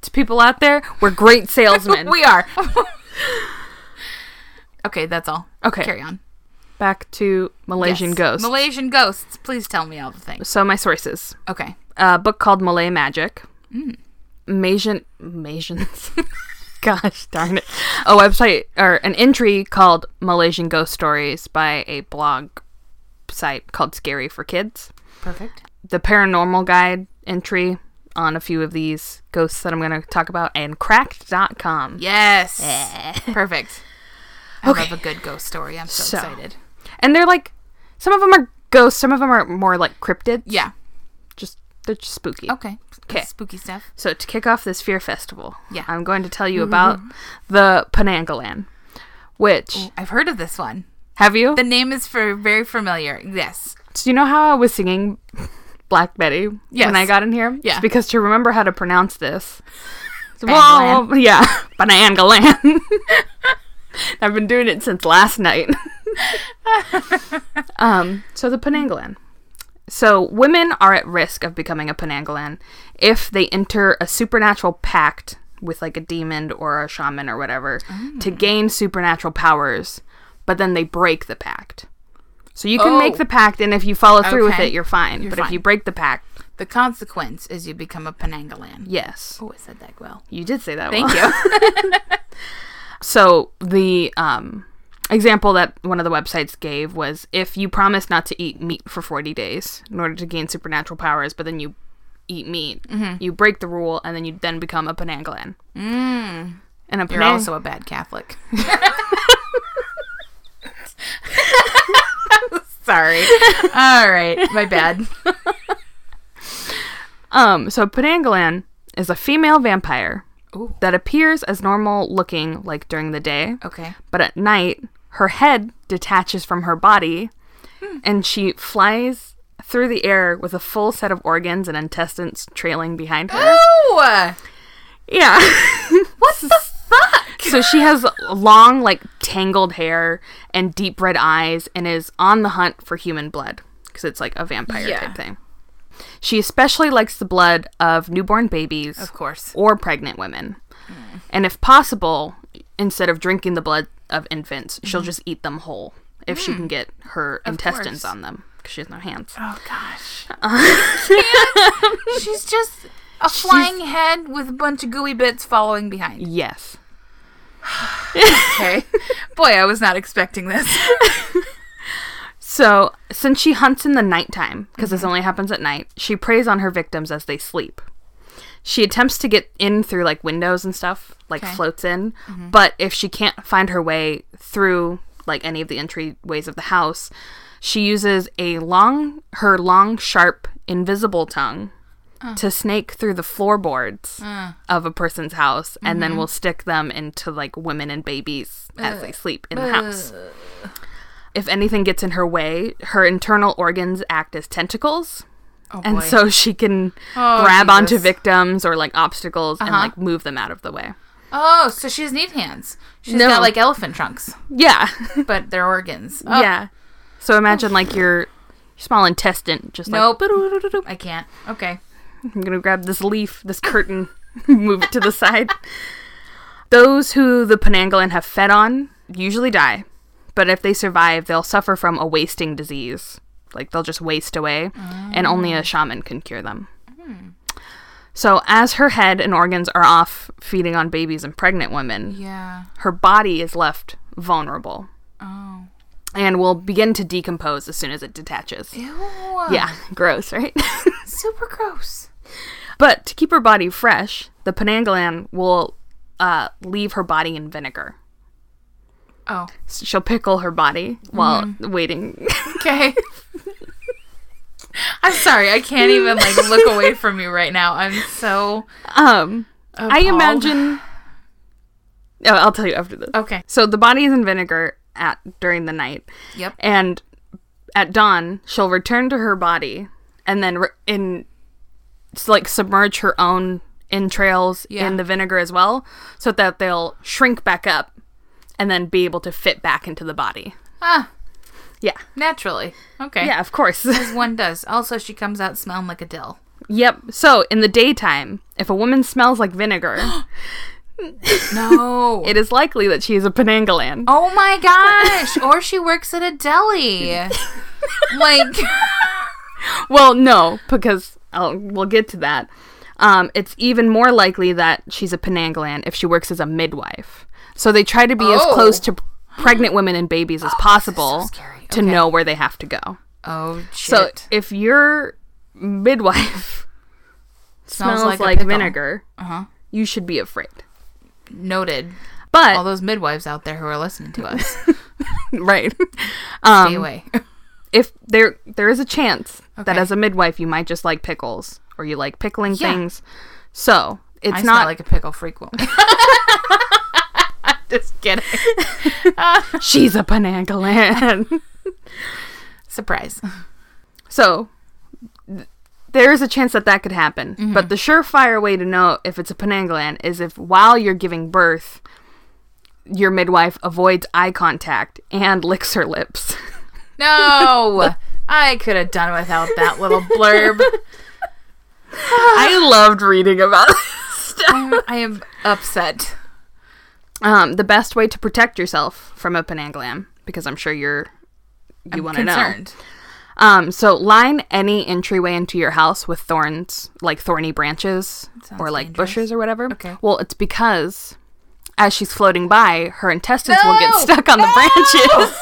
S1: to people out there, we're [LAUGHS] great salesmen.
S2: [LAUGHS] we are. okay, that's all.
S1: Okay.
S2: Carry on.
S1: Back to Malaysian
S2: Yes.
S1: Ghost.
S2: Malaysian ghosts. Please tell me all the things.
S1: so my sources:
S2: Okay.
S1: a book called Malay Magic, Malaysian Malaysians. [LAUGHS] Gosh darn it! A website or an entry called Malaysian Ghost Stories by a blog site called Scary for Kids.
S2: Perfect.
S1: The Paranormal Guide entry on a few of these ghosts that I'm going to talk about, and Cracked.com.
S2: Yes. Perfect. I
S1: Okay.
S2: love a good ghost story. I'm so,
S1: So.
S2: excited.
S1: And they're like, some of them are ghosts, some of them are more like cryptid.
S2: Yeah.
S1: Just they're just spooky.
S2: Okay.
S1: 'Kay.
S2: Spooky stuff.
S1: So to kick off this Fear Festival,
S2: Yeah. Mm-hmm.
S1: I'm going to tell you about the Penangalan, which
S2: I've heard of this one.
S1: have you?
S2: The name is for very familiar. Yes.
S1: Do you know how I was singing Black Betty
S2: Yes.
S1: when I got in here?
S2: Yeah.
S1: It's because to remember how to pronounce this.
S2: Penangalan.
S1: Whoa, yeah, [LAUGHS] Penangalan. [LAUGHS] I've been doing it since last night. [LAUGHS] um, so the Penangalan. So women are at risk of becoming a Penangalan if they enter a supernatural pact with like a demon or a shaman or whatever to
S2: Mm.
S1: gain supernatural powers, but then they break the pact. So you can
S2: Oh.
S1: make the pact, and if you follow through with
S2: Okay.
S1: it, you're fine. but if
S2: fine.
S1: you break the pact,
S2: The consequence is you become a Penangalan.
S1: yes,
S2: Oh, I said that well.
S1: you did say that.
S2: Thank
S1: well.
S2: you.
S1: [LAUGHS] So the um, example that one of the websites gave was if you promise not to eat meat for 40 days in order to gain supernatural powers, but then you eat meat,
S2: Mm-hmm.
S1: you break the rule, and then you then become a Penangalan. Mm. And a
S2: You're
S1: Penang-
S2: also a bad Catholic. Sorry. All right. My bad.
S1: [LAUGHS] Um, so Penangalan is a female vampire
S2: Ooh.
S1: that appears as normal looking like during the day.
S2: Okay.
S1: But at night, her head detaches from her body and she flies through the air with a full set of organs and intestines trailing behind her.
S2: [GASPS] Oh!
S1: yeah.
S2: [LAUGHS] What the fuck?
S1: so she has long, like, tangled hair and deep red eyes and is on the hunt for human blood because it's like a vampire
S2: Yeah.
S1: type thing. She especially likes the blood of newborn babies
S2: Of course.
S1: or pregnant women. And if possible, instead of drinking the blood of infants, she'll just eat them whole if she can get her intestines
S2: course.
S1: on them because she has no hands.
S2: Oh gosh. She's just a flying head with a bunch of gooey bits following behind.
S1: Yes.
S2: Okay. [LAUGHS] Boy, I was not expecting this.
S1: So, since she hunts in the nighttime, because this only happens at night, she preys on her victims as they sleep. She attempts to get in through like windows and stuff, like
S2: Okay.
S1: floats in, but if she can't find her way through like any of the entryways of the house, she uses a long her long sharp invisible tongue to snake through the floorboards
S2: Oh.
S1: of a person's house and then will stick them into like women and babies as they sleep in the house. If anything gets in her way, her internal organs act as tentacles.
S2: Oh,
S1: And
S2: boy.
S1: so she can
S2: Oh,
S1: grab onto
S2: Jesus. Uh-huh.
S1: victims or like obstacles and like move them out of the way.
S2: Oh, so she doesn't need hands. She's
S1: No.
S2: got like elephant trunks,
S1: Yeah. [LAUGHS]
S2: but they're organs. Oh,
S1: Yeah. So imagine like your small intestine just like
S2: Nope.
S1: "Boo-doo-doo-doo-doo."
S2: I can't. Okay.
S1: I'm going to grab this leaf, this curtain, [LAUGHS] move it to the side. Those who the Penangalan have fed on usually die, but if they survive, they'll suffer from a wasting disease. Like they'll just waste away, and only a shaman can cure them. So, as her head and organs are off feeding on babies and pregnant women,
S2: Yeah.
S1: her body is left vulnerable
S2: Oh.
S1: and will begin to decompose as soon as it detaches.
S2: Ew.
S1: Yeah, [LAUGHS] gross, right?
S2: Super gross.
S1: But to keep her body fresh, the Penangalan will uh, leave her body in vinegar.
S2: Oh.
S1: S- She'll pickle her body while waiting. [LAUGHS]
S2: Okay. I'm sorry. I can't even like look away from you right now. I'm so.
S1: um, I
S2: appalled.
S1: imagine. Oh, I'll tell you after this.
S2: Okay.
S1: So the body is in vinegar at during the night,
S2: Yep.
S1: and at dawn she'll return to her body and then re- in s- like submerge her own entrails
S2: Yeah.
S1: in the vinegar as well, so that they'll shrink back up and then be able to fit back into the body.
S2: Ah,
S1: Yeah.
S2: naturally. Okay.
S1: Yeah, of course.
S2: As one does. Also, she comes out smelling like a dill.
S1: [LAUGHS] yep. So in the daytime, if a woman smells like vinegar,
S2: [LAUGHS] No.
S1: it is likely that she is a Penangalan.
S2: oh my
S1: [LAUGHS]
S2: gosh. or she works at a deli. like.
S1: Well, no, because I'll, we'll get to that. Um, it's even more likely that she's a Penangalan if she works as a midwife. So they try to be as
S2: Oh.
S1: close to pregnant women and babies as possible
S2: scary.
S1: to know where they have to go.
S2: Oh shit.
S1: So if your midwife smells,
S2: a
S1: like,
S2: pickle.
S1: vinegar,
S2: Uh-huh.
S1: you should be afraid.
S2: Noted.
S1: But
S2: All those midwives out there who are listening to us.
S1: [LAUGHS] right. Um,
S2: Stay away.
S1: if there there is a chance that
S2: Okay.
S1: as a midwife you might just like pickles or you like pickling
S2: Yeah.
S1: things. So it's
S2: I smell
S1: not
S2: like a
S1: [LAUGHS]
S2: pickle frequently. Just [LAUGHS] kidding.
S1: she's a Penangalan.
S2: Surprise.
S1: [LAUGHS] so th- there is a chance that that could happen.
S2: Mm-hmm.
S1: But the surefire way to know if it's a Penangalan is if while you're giving birth, your midwife avoids eye contact and [LAUGHS] licks her
S2: [LAUGHS]
S1: lips.
S2: No, I could have done without that
S1: [LAUGHS]
S2: little blurb.
S1: I loved reading about this stuff.
S2: I'm, I am upset.
S1: Um, the best way to protect yourself from a Penangalan, because I'm sure you're you want to know.
S2: Concerned.
S1: Um, so line any entryway into your house with thorns, like thorny branches
S2: sounds
S1: or like
S2: dangerous.
S1: bushes or whatever.
S2: Okay.
S1: Well, it's because as she's floating by, her intestines will get
S2: No!
S1: stuck on the
S2: No!
S1: branches,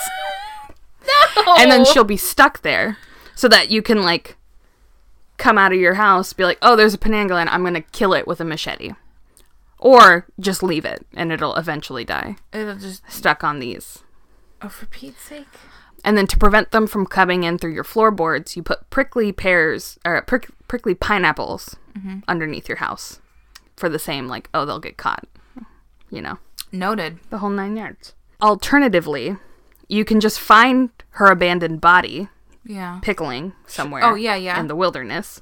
S1: [LAUGHS]
S2: No.
S1: and then she'll be stuck there, so that you can like come out of your house, be like, "Oh, there's a penangalan. I'm gonna kill it with a machete," or just leave it, and it'll eventually die
S2: It'll just.
S1: stuck on these.
S2: Oh, for Pete's sake.
S1: And then to prevent them from coming in through your floorboards, you put prickly pears or prick, prickly pineapples underneath your house for the same, like, oh, they'll get caught. You know,
S2: Noted.
S1: the whole nine yards. Alternatively, you can just find her abandoned body,
S2: Yeah.
S1: pickling somewhere
S2: Oh, yeah, yeah.
S1: in the wilderness,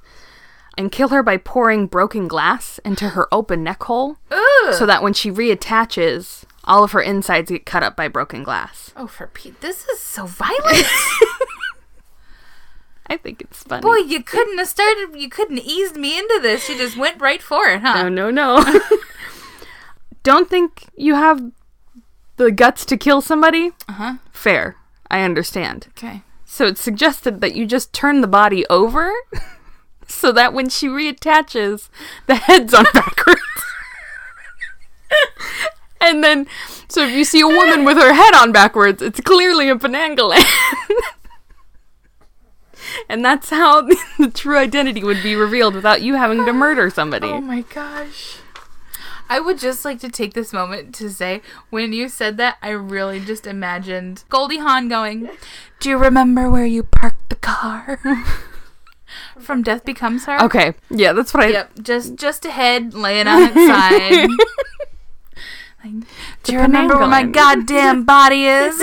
S1: and kill her by pouring broken glass into her open neck hole
S2: Ooh.
S1: so that when she reattaches, all of her insides get cut up by broken glass.
S2: Oh, for Pete. This is
S1: [LAUGHS]
S2: so violent.
S1: I think it's funny.
S2: Boy, you couldn't have started. You couldn't eased me into this. You just went right for it, huh?
S1: Oh no, no. [LAUGHS] Don't think you have the guts to kill somebody?
S2: Uh huh.
S1: Fair. I understand.
S2: Okay.
S1: So it's suggested that you just turn the body over [LAUGHS] so that when she [LAUGHS] reattaches, the head's on backwards. And then, so if you see a woman with her head on backwards, it's clearly a Penangalan. [LAUGHS] and that's how [LAUGHS] the true identity would be revealed without you having to murder somebody.
S2: Oh my gosh. I would just like to take this moment to say when you said that, I really just imagined Goldie Hawn going, Do you remember where you parked the car? [LAUGHS] From Death Becomes Her?
S1: Okay, yeah, that's what I.
S2: Yep, just just a head laying on
S1: [LAUGHS]
S2: its side. Like, do you remember where my
S1: Penangolin." [LAUGHS]
S2: goddamn body is?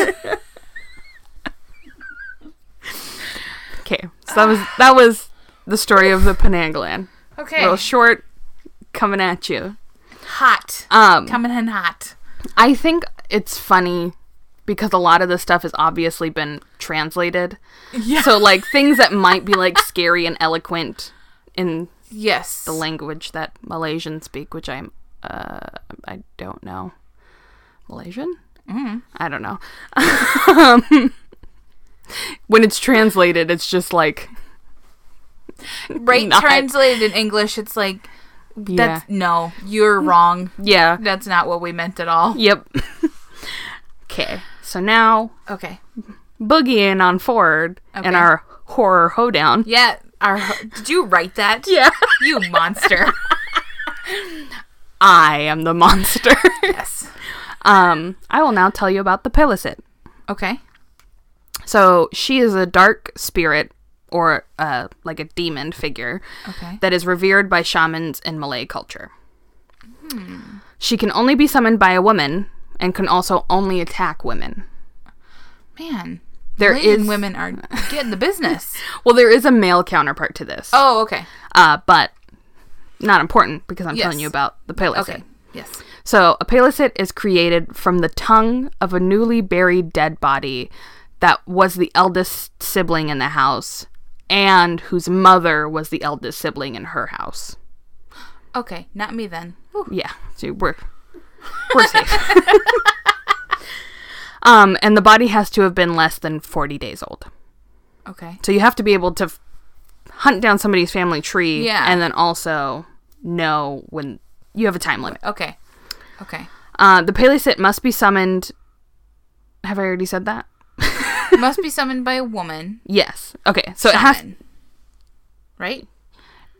S1: Okay, so that was that was the story of the Penangalan.
S2: [LAUGHS] Okay,
S1: Real short, coming at you.
S2: hot
S1: Um,
S2: coming in hot.
S1: I think it's funny because a lot of this stuff has obviously been translated.
S2: Yeah.
S1: So like things that might be like scary and eloquent in
S2: Yes,
S1: the language that Malaysians speak, which I'm uh I don't know. Malaysian?
S2: Mm-hmm.
S1: Mm. I don't know. [LAUGHS] when it's translated, it's just like
S2: [LAUGHS] right
S1: not-
S2: translated in English, it's like
S1: yeah. Mm.
S2: that's no, you're wrong.
S1: yeah.
S2: That's not what we meant at all.
S1: Yep. [LAUGHS] Okay. So now
S2: Okay.
S1: boogieing on forward
S2: Okay.
S1: and our horror hoedown.
S2: Yeah. Our, did you
S1: [LAUGHS]
S2: write that?
S1: Yeah.
S2: You
S1: [LAUGHS]
S2: monster.
S1: I am the monster. [LAUGHS]
S2: yes.
S1: um, I will now tell you about the Pelisit.
S2: Okay.
S1: So she is a dark spirit or uh, like a demon figure
S2: Okay.
S1: that is revered by shamans in Malay culture. She can only be summoned by a woman and can also only attack women.
S2: Man.
S1: There
S2: Malaysian
S1: is-
S2: women are getting the
S1: [LAUGHS]
S2: business.
S1: Well, there is a male counterpart to this,
S2: Oh, okay.
S1: uh, but not important because I'm telling
S2: Yes.
S1: you about the Pelisit.
S2: Okay. Yes.
S1: So, a palisit is created from the tongue of a newly buried dead body that was the eldest sibling in the house and whose mother was the eldest sibling in her house.
S2: Okay. Not me then. Whew.
S1: Yeah, so we're, we're safe. um, and the body has to have been less than 40 days old.
S2: Okay.
S1: So, you have to be able to f- hunt down somebody's family tree
S2: Yeah.
S1: and then also know when you have a time limit.
S2: Okay. Okay.
S1: Uh, the palisit must be summoned. Have I already said that?
S2: [LAUGHS] Must be summoned by a woman.
S1: Yes. Okay. So it has
S2: Shaman. Right?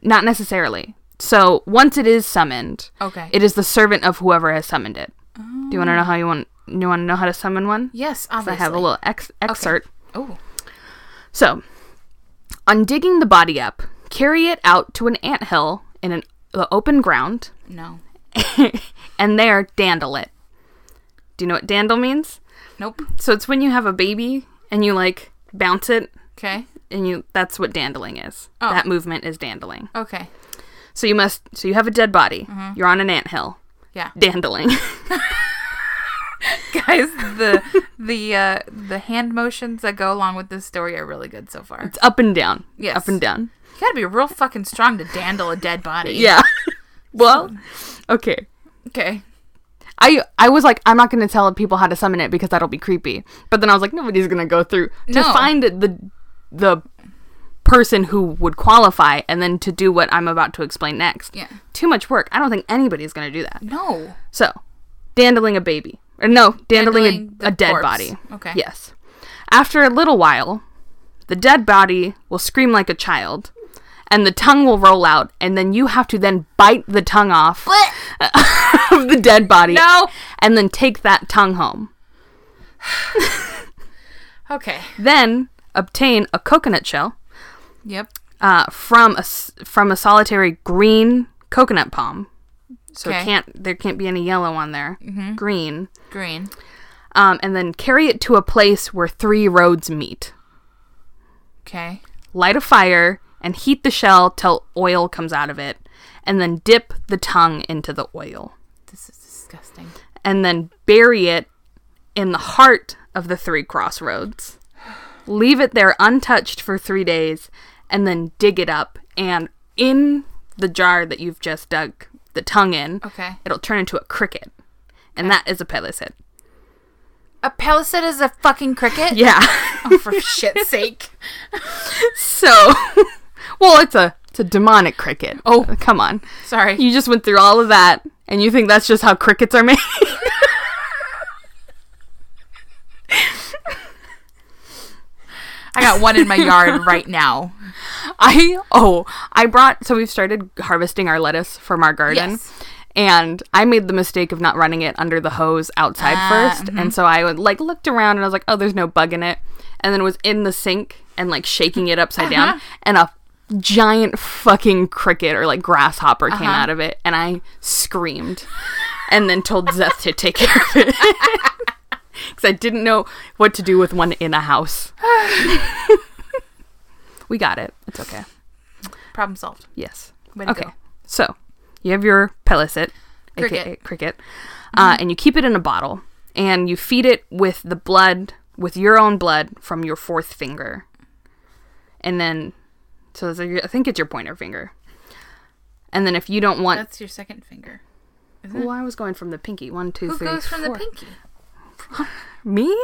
S1: not necessarily. So once it is summoned,
S2: Okay.
S1: it is the servant of whoever has summoned it. Do you want to know how you want? You want to know how to summon one?
S2: yes,
S1: I
S2: obviously.
S1: have a little ex- excerpt.
S2: Oh.
S1: So, on digging the body up, carry it out to an anthill in an the open
S2: [LAUGHS]
S1: ground,
S2: No.
S1: and there dandle it. Do you know what dandle means?
S2: Nope.
S1: So it's when you have a baby and you like bounce it,
S2: Okay.
S1: and you that's what dandling is.
S2: Oh.
S1: That movement is dandling.
S2: Okay.
S1: So you must. So you have a dead body. You're on an anthill,
S2: Mm-hmm. Yeah.
S1: dandling. [LAUGHS]
S2: guys the the uh the hand motions that go along with this story are really good so far
S1: it's up and down.
S2: Yes.
S1: Up and down.
S2: you gotta be real fucking strong to dandle a dead body
S1: Yeah. [LAUGHS] well, okay.
S2: okay
S1: I I was like, I'm not gonna tell people how to summon it because that'll be creepy. But then I was like, nobody's gonna go through to
S2: No.
S1: find the the person who would qualify and then to do what I'm about to explain next.
S2: Yeah.
S1: Too much work. I don't think anybody's gonna do that.
S2: no
S1: So, dandling a baby. Or no, dandling,
S2: Dandling
S1: a,
S2: the
S1: a dead
S2: corpse.
S1: body.
S2: Okay.
S1: Yes. After a little while, the dead body will scream like a child, and the tongue will roll out, and then you have to then bite the tongue off [LAUGHS] of the dead body.
S2: No.
S1: And then take that tongue home.
S2: okay
S1: Then obtain a coconut shell
S2: yep
S1: uh, from a s- from a solitary green coconut palm. So it
S2: Okay. Mm-hmm.
S1: can't there can't be any yellow on there. Green.
S2: green
S1: um, and then carry it to a place where three roads meet.
S2: okay
S1: Light a fire and heat the shell till oil comes out of it, and then dip the tongue into the oil,
S2: this is disgusting
S1: and then bury it in the heart of the three crossroads. Leave it there untouched for three days, and then dig it up. And in the jar that you've just dug the tongue in,
S2: okay
S1: it'll turn into a cricket, and that is a pelisid.
S2: a palisade is a fucking cricket
S1: Yeah. [LAUGHS]
S2: oh for shit's sake
S1: So, [LAUGHS] well, it's a it's a demonic cricket. Oh, [LAUGHS] come on!
S2: sorry
S1: You just went through all of that, and you think that's just how crickets are [LAUGHS] made?
S2: I got one in my yard right now.
S1: I oh, I brought so we've started harvesting our lettuce from our garden.
S2: Yes.
S1: And I made the mistake of not running it under the hose outside
S2: Ah,
S1: 1st And so I would, like looked around and I was like, "Oh, there's no bug in it." And then was in the sink and like shaking it upside down and a giant fucking cricket or like grasshopper came out of it and I screamed and then told Zeth to take care of it. [LAUGHS] Cuz I didn't know what to do with one in a house. [LAUGHS] we got it. It's okay.
S2: Problem solved.
S1: Yes.
S2: Way to
S1: Okay.
S2: go.
S1: So you have your pellicet, aka
S2: Cricket.
S1: cricket, uh, and you keep it in a bottle and you feed it with the blood, with your own blood from your fourth finger. And then, so it's like- I think it's your pointer finger. And then if you don't want,
S2: That's your second finger.
S1: well, I was going from the pinky. One, two,
S2: Who
S1: three,
S2: goes from the
S1: four.
S2: pinky?
S1: Me?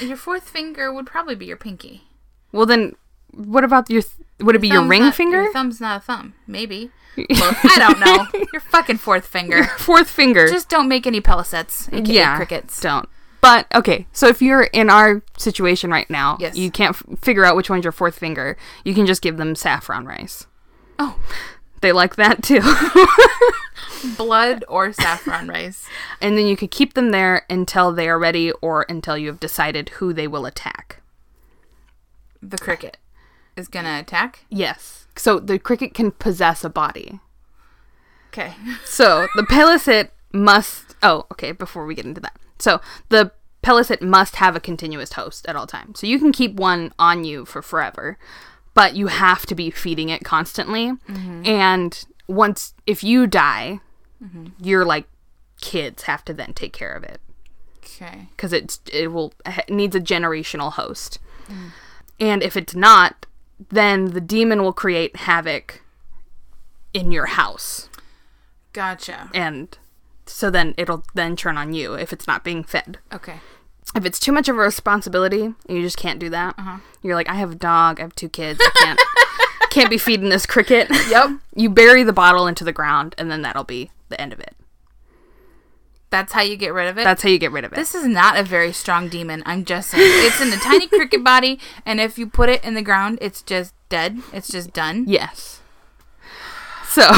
S2: Your fourth finger would probably be your pinky.
S1: well, then, what about your? Th- would it be your
S2: Thumb's
S1: ring
S2: not-
S1: finger?
S2: Your thumb's not a thumb. Maybe. Well, I don't know. Your fucking
S1: [LAUGHS]
S2: fourth finger.
S1: [LAUGHS] fourth finger.
S2: Just don't make any pellicets. AKA yeah. Crickets.
S1: Don't. But okay, so if you're in our situation right now,
S2: Yes.
S1: you can't f- figure out which one's your fourth finger. You can just give them saffron rice.
S2: Oh,
S1: They like that [LAUGHS] too.
S2: blood
S1: [LAUGHS]
S2: or saffron rice.
S1: and then you could keep them there until they are ready or until you have decided who they will attack.
S2: The cricket is gonna attack.
S1: Yes. So the cricket can possess a body.
S2: Okay.
S1: So the Pelisit must. Oh, okay. Before we get into that, so the Pelisit must have a continuous host at all times. So you can keep one on you for forever, but you have to be feeding it constantly. And once, if you die, your like kids have to then take care of it
S2: Okay.
S1: because it's it will it needs a generational host. And if it's not, then the demon will create havoc in your house
S2: Gotcha.
S1: and so then it'll then turn on you if it's not being fed.
S2: Okay.
S1: If it's too much of a responsibility and you just can't do that, you're like, I have a dog, I have two kids, I can't [LAUGHS] can't be feeding this cricket. [LAUGHS]
S2: Yep.
S1: you bury the bottle into the ground, and then that'll be the end of it.
S2: That's how you get rid of it.
S1: That's how you get rid of it.
S2: This is not a very strong demon. I'm just saying. It's in a tiny cricket body, and if you put it in the ground, it's just dead. It's just done.
S1: yes. So,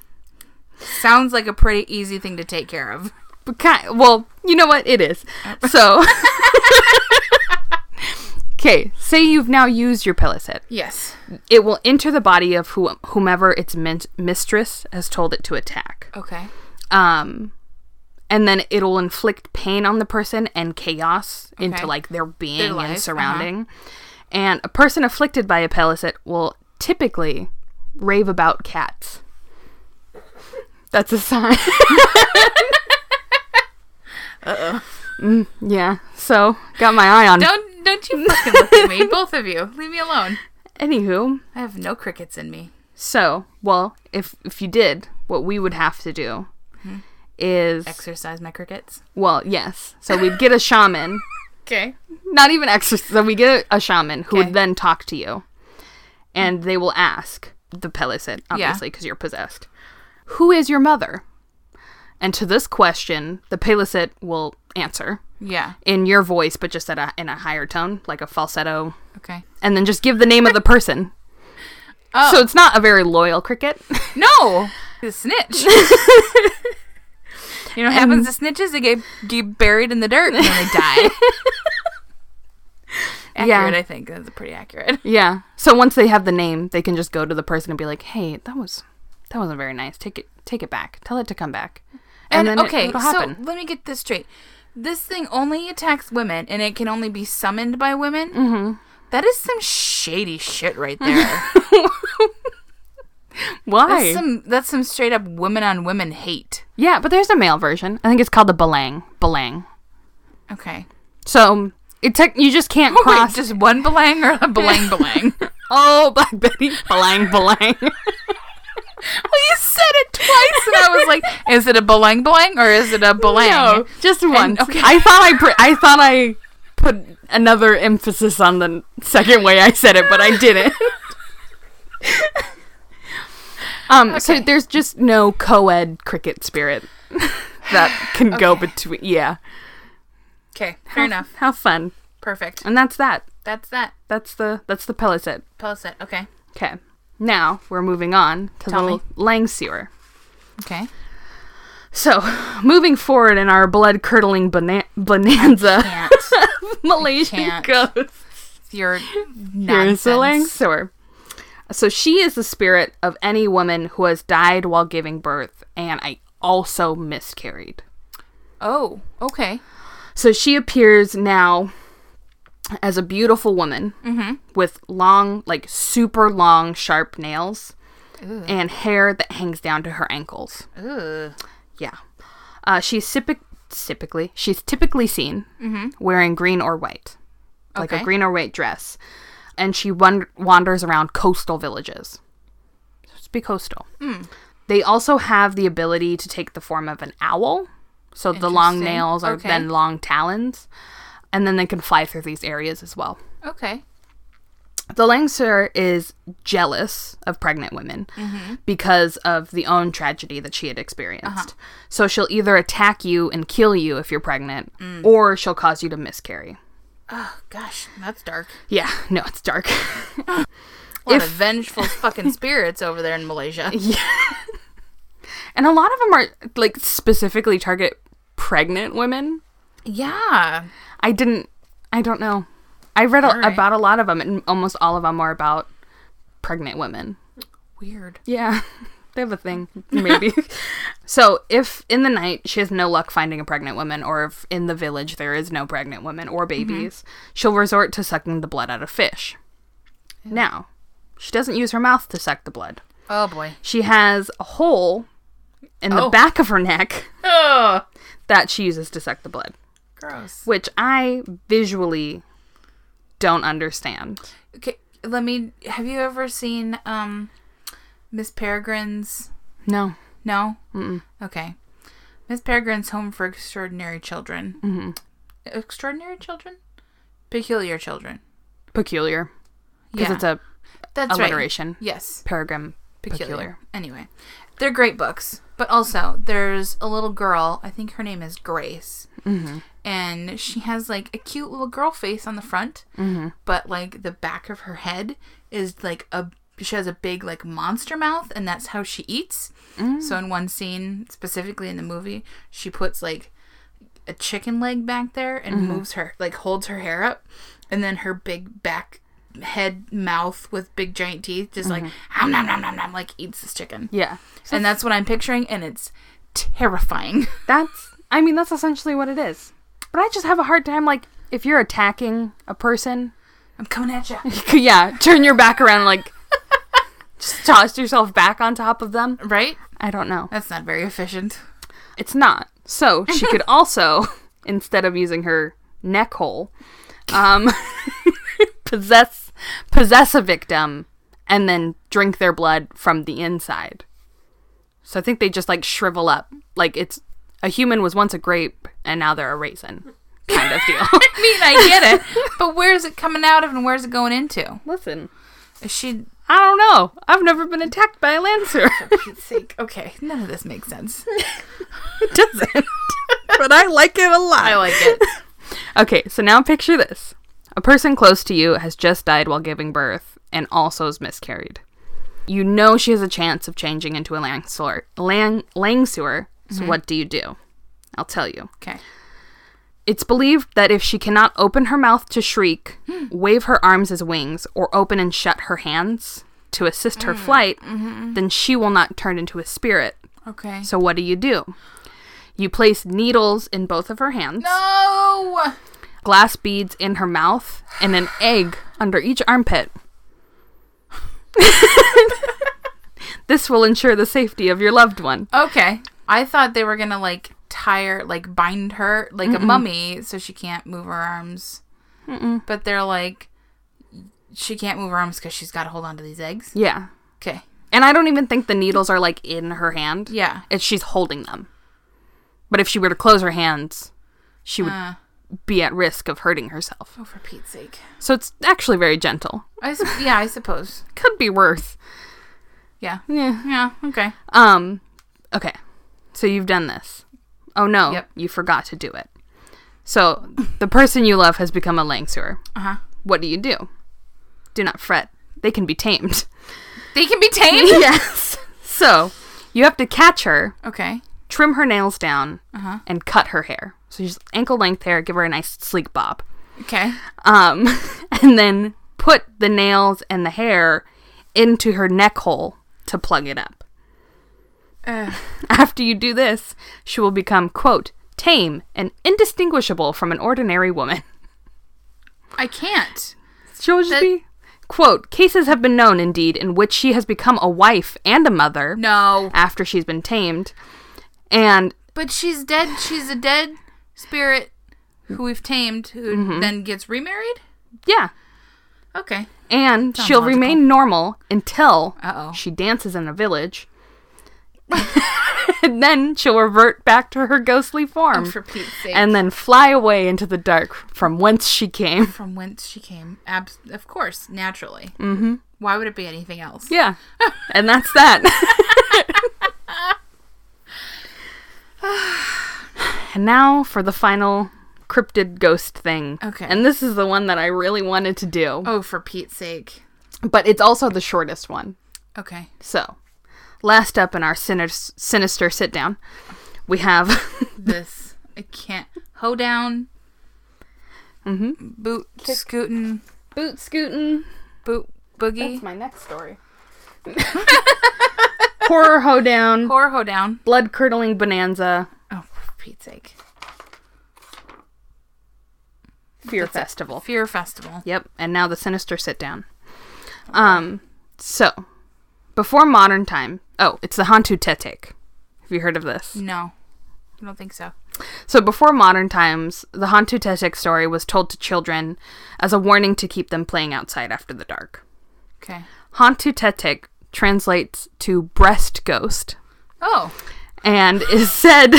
S1: [LAUGHS]
S2: Sounds like a pretty easy thing to take care of.
S1: but ki- well, you know what? It is. So, [LAUGHS] okay. Say you've now used your pillow set.
S2: Yes.
S1: It will enter the body of who- whomever its min- mistress has told it to attack.
S2: Okay.
S1: Um, and then it'll inflict pain on the person and chaos into
S2: Okay.
S1: like their being
S2: Their
S1: and
S2: life, uh-huh.
S1: surrounding. And a person afflicted by a palisade will typically rave about cats. [LAUGHS] That's a sign. [LAUGHS] uh oh. Mm, yeah. So got my eye on.
S2: Don't don't you fucking look at me, both of you. Leave me alone.
S1: Anywho,
S2: I have no crickets in me.
S1: so well, if if you did, what we would have to do is
S2: Exercise my crickets.
S1: well, yes. So we'd get a shaman. [LAUGHS]
S2: Okay.
S1: not even exorcist. So we get a shaman who
S2: Okay.
S1: would then talk to you, and they will ask the Pelisit, obviously, because you're possessed. Who is your mother? And to this question, the Pelisit will answer
S2: Yeah.
S1: in your voice, but just at a, in a higher tone, like a falsetto,
S2: Okay.
S1: and then just give the name of the person.
S2: Oh.
S1: So it's not a very loyal cricket.
S2: No, the snitch. you know what happens to snitches? They get, get buried in the dirt and then they die. accurate,
S1: Yeah.
S2: I think that's pretty accurate.
S1: yeah. So once they have the name, they can just go to the person and be like, "Hey, that was that wasn't very nice. Take it, take it back. Tell it to come back."
S2: And,
S1: it-
S2: okay,
S1: it'll
S2: so let me get this straight. This thing only attacks women, and it can only be summoned by women. Mm-hmm. is some shady shit right there.
S1: Why?
S2: that's some that's some straight up women on women hate.
S1: yeah, but there's a male version. I think it's called the Belang. Belang.
S2: Okay,
S1: So it tech you just can't cross.
S2: [LAUGHS] Wait, just one belang or a belang [LAUGHS] belang? well,
S1: oh, Black Betty. [LAUGHS] Belang, Belang.
S2: you said it twice, and I was like, is it a belang belang or is it a belang?
S1: No, just once.
S2: okay.
S1: I thought I pr- I thought I put another emphasis on the second way I said it, but I didn't. [LAUGHS] um. So
S2: Okay.
S1: there's just no
S2: [LAUGHS]
S1: co-ed cricket spirit that can go between. Yeah.
S2: Okay, fair enough.
S1: How fun.
S2: Perfect.
S1: And that's that.
S2: That's that.
S1: That's the that's the pellet set.
S2: Pellicet. Okay.
S1: Okay. Now we're moving on to
S2: Tell
S1: the
S2: me.
S1: Langseer.
S2: Okay.
S1: So, [LAUGHS] moving forward in our blood curdling bana- [LAUGHS]
S2: [LAUGHS]
S1: bonanza,
S2: Can't.
S1: Malaysian
S2: can't.
S1: ghost.
S2: Your
S1: Here's the
S2: nonsense.
S1: Langseer. So, she is the spirit of any woman who has died while giving birth, and I also miscarried.
S2: Oh, okay.
S1: So she appears now as a beautiful woman with long, like super long, sharp nails and hair that hangs down to her ankles.
S2: Ooh.
S1: Yeah. Uh, she's typic- typically she's typically seen wearing green or white, like a
S2: Mm-hmm. Okay.
S1: green or white dress, and she wan- wanders around coastal villages. So it's be coastal.
S2: Hmm.
S1: They also have the ability to take the form of an owl, so the long
S2: Interesting.
S1: nails are
S2: Okay.
S1: then long talons, and then they can fly through these areas as well.
S2: Okay.
S1: The Langseer is jealous of pregnant women because of the own tragedy that she had experienced. So she'll either attack you and kill you if you're pregnant, or she'll cause you to miscarry.
S2: Oh gosh, that's dark.
S1: Yeah, [LAUGHS] no, it's dark.
S2: A lot of vengeful [LAUGHS] fucking spirits over there in Malaysia.
S1: and a lot of them are like specifically target pregnant women.
S2: Yeah.
S1: I didn't, I don't know. I read a,
S2: All right.
S1: about a lot of them, and almost all of them are about pregnant women.
S2: Weird.
S1: Yeah, [LAUGHS] they have a
S2: [LAUGHS]
S1: thing, maybe. so, if in the night she has no luck finding a pregnant woman, or if in the village there is no pregnant woman or
S2: Mm-hmm.
S1: babies, she'll resort to sucking the blood out of fish. Now, she doesn't use her mouth to suck the blood.
S2: Oh boy.
S1: She has a hole in the
S2: Oh.
S1: back of her neck [LAUGHS]
S2: Oh,
S1: that she uses to suck the blood,
S2: gross.
S1: which I visually don't understand.
S2: Okay, let me. Have you ever seen um, Miss Peregrine's?
S1: No.
S2: No. Mm-mm. Okay. Miss Peregrine's Home for Extraordinary Children. Mm-hmm. Extraordinary children, peculiar children.
S1: Peculiar. Because
S2: Yeah.
S1: it's a
S2: That's right.
S1: alliteration.
S2: Yes.
S1: Paragraph.
S2: Peculiar.
S1: peculiar.
S2: Anyway, they're great books. But also, there's a little girl. I think her name is Grace. And she has like a cute little girl face on the front, but like the back of her head is like a she has a big like monster mouth, and that's how she eats. So in one scene, specifically in the movie, she puts like a chicken leg back there and moves her like holds her hair up, and then her big back head mouth with big giant teeth just like nom nom nom nom nom like eats this chicken.
S1: Yeah.
S2: And that's what I'm picturing, and it's terrifying. [LAUGHS]
S1: That's I mean that's essentially what it is. But I just have a hard time like if you're attacking a person,
S2: I'm coming at you.
S1: yeah, turn your back around like [LAUGHS] just toss yourself back on top of them.
S2: Right?
S1: I don't know.
S2: That's not very efficient.
S1: It's not. So, she could also instead of using her neck hole um [LAUGHS] possess possess a victim and then drink their blood from the inside. So I think they just like shrivel up. Like it's a human was once a grape and now they're a raisin kind of deal.
S2: I mean, I get [LAUGHS] it, but where's it coming out of and where's it going into?
S1: Listen,
S2: Is she.
S1: I don't know. I've never been attacked by a lancer. [LAUGHS]
S2: Think, okay, none of this makes sense.
S1: it doesn't. [LAUGHS] but I like it a lot.
S2: I like it.
S1: Okay, so now picture this. A person close to you has just died while giving birth and also is miscarried. You know she has a chance of changing into a langsewer. Lang, langsewer, so what do you do? I'll tell you.
S2: [LAUGHS] Okay.
S1: It's believed that if she cannot open her mouth to shriek, wave her arms as wings, or open and shut her hands to assist her flight, then she will not turn into a spirit.
S2: Okay.
S1: So what do you do? You place needles in both of her hands
S2: No!
S1: glass beads in her mouth and an egg under each armpit. [LAUGHS] this will ensure the safety of your loved one.
S2: Okay. I thought they were gonna like tie her, like bind her like a mummy so she can't move her arms. But they're like, she can't move her arms because she's got to hold on to these eggs.
S1: Yeah.
S2: Okay.
S1: And I don't even think the needles are like in her hand.
S2: Yeah.
S1: It's she's holding them. But if she were to close her hands, she would
S2: Uh,
S1: be at risk of hurting herself.
S2: oh, for Pete's sake.
S1: So it's actually very gentle.
S2: I sup- yeah, I suppose.
S1: Could be worse.
S2: Yeah.
S1: Yeah.
S2: Yeah. Okay.
S1: Um, okay. So you've done this. Oh no,
S2: Yep.
S1: you forgot to do it. So the person you love has become a Langsuer.
S2: Uh huh.
S1: What do you do? Do not fret. They can be tamed.
S2: They [LAUGHS] can be
S1: [LAUGHS]
S2: tamed.
S1: yes. So you have to catch her,
S2: okay.
S1: trim her nails down,
S2: Uh-huh.
S1: and cut her hair. So just ankle length hair, give her a nice sleek bob.
S2: Okay.
S1: Um, [LAUGHS] and then put the nails and the hair into her neck hole to plug it up.
S2: Ugh.
S1: [LAUGHS] After you do this, she will become, quote, tame and indistinguishable from an ordinary woman.
S2: I can't.
S1: She'll just
S2: That-
S1: be, quote, cases have been known indeed in which she has become a wife and a mother
S2: No.
S1: after she's been tamed. And
S2: But she's dead. She's a dead spirit who we've tamed, who then gets remarried.
S1: yeah,
S2: Okay.
S1: and she'll
S2: logical.
S1: remain normal until
S2: Uh-oh.
S1: she dances in a village. [LAUGHS] and then she'll revert back to her ghostly form
S2: For Pete's sake.
S1: Mm. and then fly away into the dark from whence she came.
S2: from whence she came. Abs- of course, naturally. Mm-hmm. Why would it be anything else?
S1: Yeah. [LAUGHS] and that's that. [SIGHS] and now for the final cryptid ghost thing.
S2: Okay.
S1: And this is the one that I really wanted to do,
S2: Oh, for Pete's sake.
S1: but it's also the shortest one.
S2: Okay.
S1: So, last up in our sinister, sinister sit down, we have [LAUGHS]
S2: This I can't. Hoedown. Mm-hmm. Boot scootin'.
S1: boot scootin'.
S2: Boot boogie.
S1: my next [LAUGHS] story. Horror hoedown,
S2: Horror hoedown.
S1: blood curdling bonanza,
S2: Oh, for Pete's sake.
S1: fear festival.
S2: Fear Festival.
S1: Yep, and now the sinister sit down. Um, so before modern time, oh, it's the Hantu Tetek. Have you heard of this?
S2: No. I don't think so.
S1: So before modern times, the Hantu Tetek story was told to children as a warning to keep them playing outside after the dark.
S2: Okay.
S1: Hantu Tetek translates to breast ghost
S2: Oh.
S1: and is said [LAUGHS]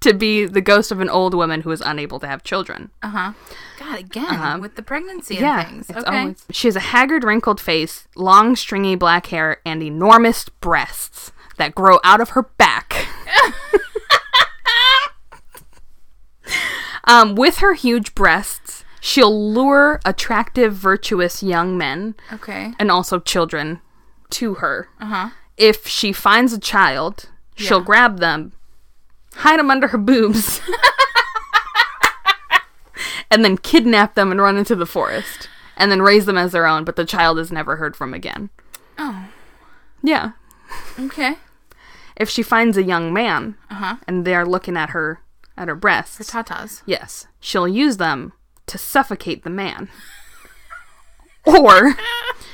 S1: to be the ghost of an old woman who is unable to have children.
S2: Uh huh. God, again with the pregnancy and things.
S1: it's
S2: okay.
S1: always- she has a haggard, wrinkled face, long, stringy black hair, and enormous breasts that grow out of her
S2: [LAUGHS]
S1: back. um, with her huge breasts, she'll lure attractive, virtuous young men
S2: okay.
S1: and also children to her.
S2: Uh huh.
S1: If she finds a child, she'll
S2: Yeah.
S1: grab them, hide them under her boobs, [LAUGHS] and then kidnap them and run into the forest, and then raise them as their own, but the child is never heard from again.
S2: Oh.
S1: Yeah.
S2: Okay.
S1: If she finds a young man
S2: Uh huh.
S1: and they're looking at her at her
S2: The
S1: breasts,
S2: tatas.
S1: yes, she'll use them to suffocate the man. Or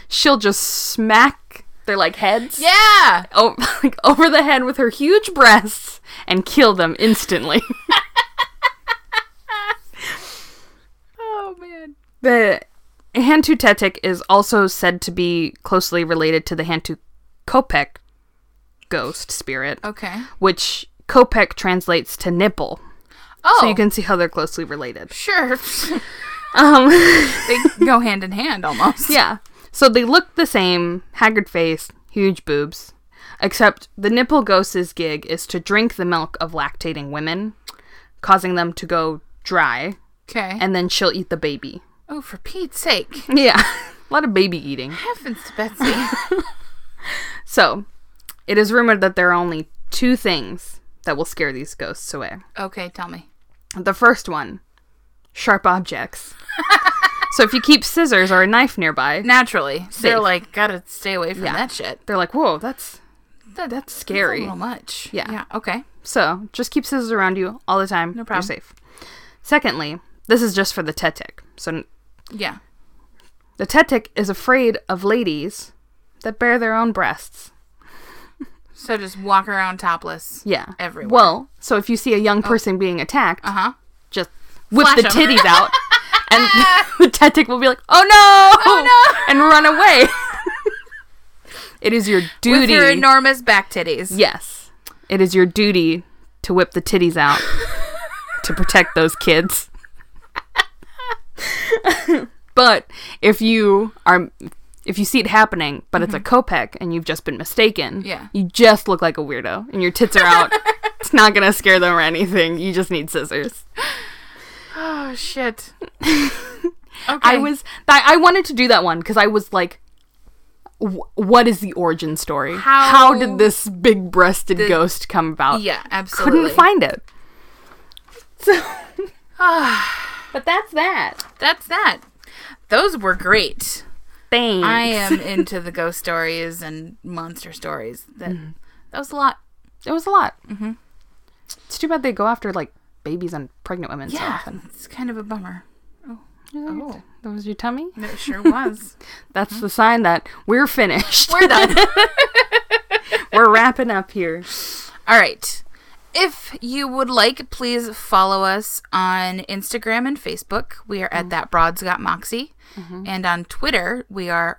S1: she'll just smack their like heads.
S2: Yeah.
S1: o- [LAUGHS] like over the head with her huge breasts and kill them instantly. [LAUGHS]
S2: Oh man.
S1: the Hantu Tetek is also said to be closely related to the Hantu Kopek ghost spirit,
S2: Okay.
S1: which Kopek translates to nipple.
S2: Oh.
S1: So you can see how they're closely related.
S2: sure.
S1: Um,
S2: [LAUGHS]
S1: [LAUGHS]
S2: they go hand in hand almost.
S1: yeah. So they look the same, haggard face, huge boobs, except the nipple ghost's gig is to drink the milk of lactating women, causing them to go dry.
S2: [LAUGHS] Okay.
S1: and then she'll eat the baby.
S2: oh, for Pete's sake.
S1: Yeah. a lot of baby eating.
S2: Heavens to Betsy. [LAUGHS]
S1: So, it is rumored that there are only two things that will scare these ghosts away.
S2: okay, tell me.
S1: The first one, sharp objects. so if you keep scissors or a knife nearby,
S2: Naturally,
S1: Safe.
S2: they're like, gotta stay away from
S1: Yeah.
S2: that shit.
S1: they're like, "Whoa, that's
S2: That, that's
S1: scary."
S2: A little much.
S1: Yeah.
S2: Yeah. Okay.
S1: So, just keep scissors around you all the time. No
S2: problem.
S1: You're safe. Secondly, this is just for the tetek. So
S2: Yeah.
S1: the tetek is afraid of ladies that bear their own breasts.
S2: So just walk around topless.
S1: Yeah.
S2: Everywhere. Oh.
S1: Well, so if you see a young person being attacked,
S2: Uh huh.
S1: just whip
S2: Flash
S1: the
S2: 'em.
S1: titties
S2: [LAUGHS]
S1: out, and [LAUGHS] the tetic will be like, "Oh no!"
S2: Oh,
S1: [LAUGHS] and run away. it is your
S2: With
S1: duty.
S2: your enormous back titties.
S1: yes, it is your duty to whip the titties out to protect those kids. but if you are. If you see it happening, but it's a Kopek and you've just been mistaken,
S2: Mm-hmm. Yeah.
S1: you just look like a
S2: [LAUGHS]
S1: weirdo and your tits are out. it's not gonna scare them or anything. You just need scissors.
S2: Oh [LAUGHS] shit. okay.
S1: I was that I wanted to do that one because I was like, "Wh- what is the origin story?
S2: How
S1: did this big-breasted
S2: did-
S1: ghost come about?
S2: Yeah, absolutely.
S1: couldn't find it. [SIGHS] So, but that's that.
S2: That's that. Those were great.
S1: Thanks.
S2: I [LAUGHS] am into the ghost stories and monster stories. That that was a lot.
S1: It was a lot. Mm-hmm. It's too bad they go after like babies and pregnant women so
S2: Yeah,
S1: often.
S2: it's kind of a bummer.
S1: Oh, that was your tummy.
S2: It sure was.
S1: That's the sign that we're finished.
S2: [LAUGHS] Mm-hmm. We're done.
S1: [LAUGHS]
S2: [LAUGHS]
S1: we're wrapping up here.
S2: All right. If you would like, please follow us on Instagram and Facebook. We are at that Broad's Got Moxie, and on Twitter we are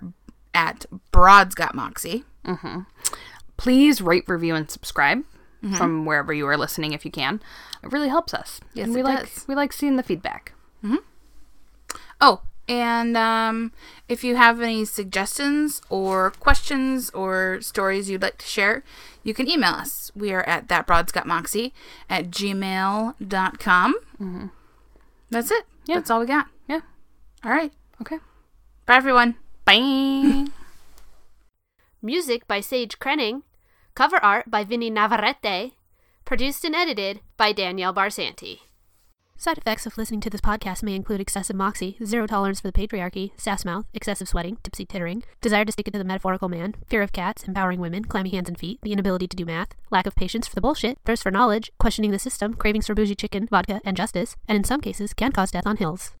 S2: at Broad's Got Moxie.
S1: please rate, review, and subscribe
S2: Mm-hmm.
S1: from wherever you are listening if you can. It really helps us.
S2: Yes,
S1: and we
S2: it
S1: like
S2: does.
S1: we like seeing the feedback.
S2: Oh, and um, if you have any suggestions or questions or stories you'd like to share, you can email us. We are at thatbroadsgotmoxie at gmail.com. Mm-hmm. That's it.
S1: Yeah.
S2: That's all we got.
S1: Yeah.
S2: All right.
S1: Okay.
S2: Bye, everyone.
S1: Bye. [LAUGHS]
S3: Music by Sage Krenning. Cover art by Vinny Navarrete. Produced and edited by Danielle Barsanti.
S4: Side effects of listening to this podcast may include excessive moxie, zero tolerance for the patriarchy, sass mouth, excessive sweating, tipsy tittering, desire to stick it to the metaphorical man, fear of cats, empowering women, clammy hands and feet, the inability to do math, lack of patience for the bullshit, thirst for knowledge, questioning the system, cravings for bougie chicken, vodka, and justice, and in some cases can cause death on hills.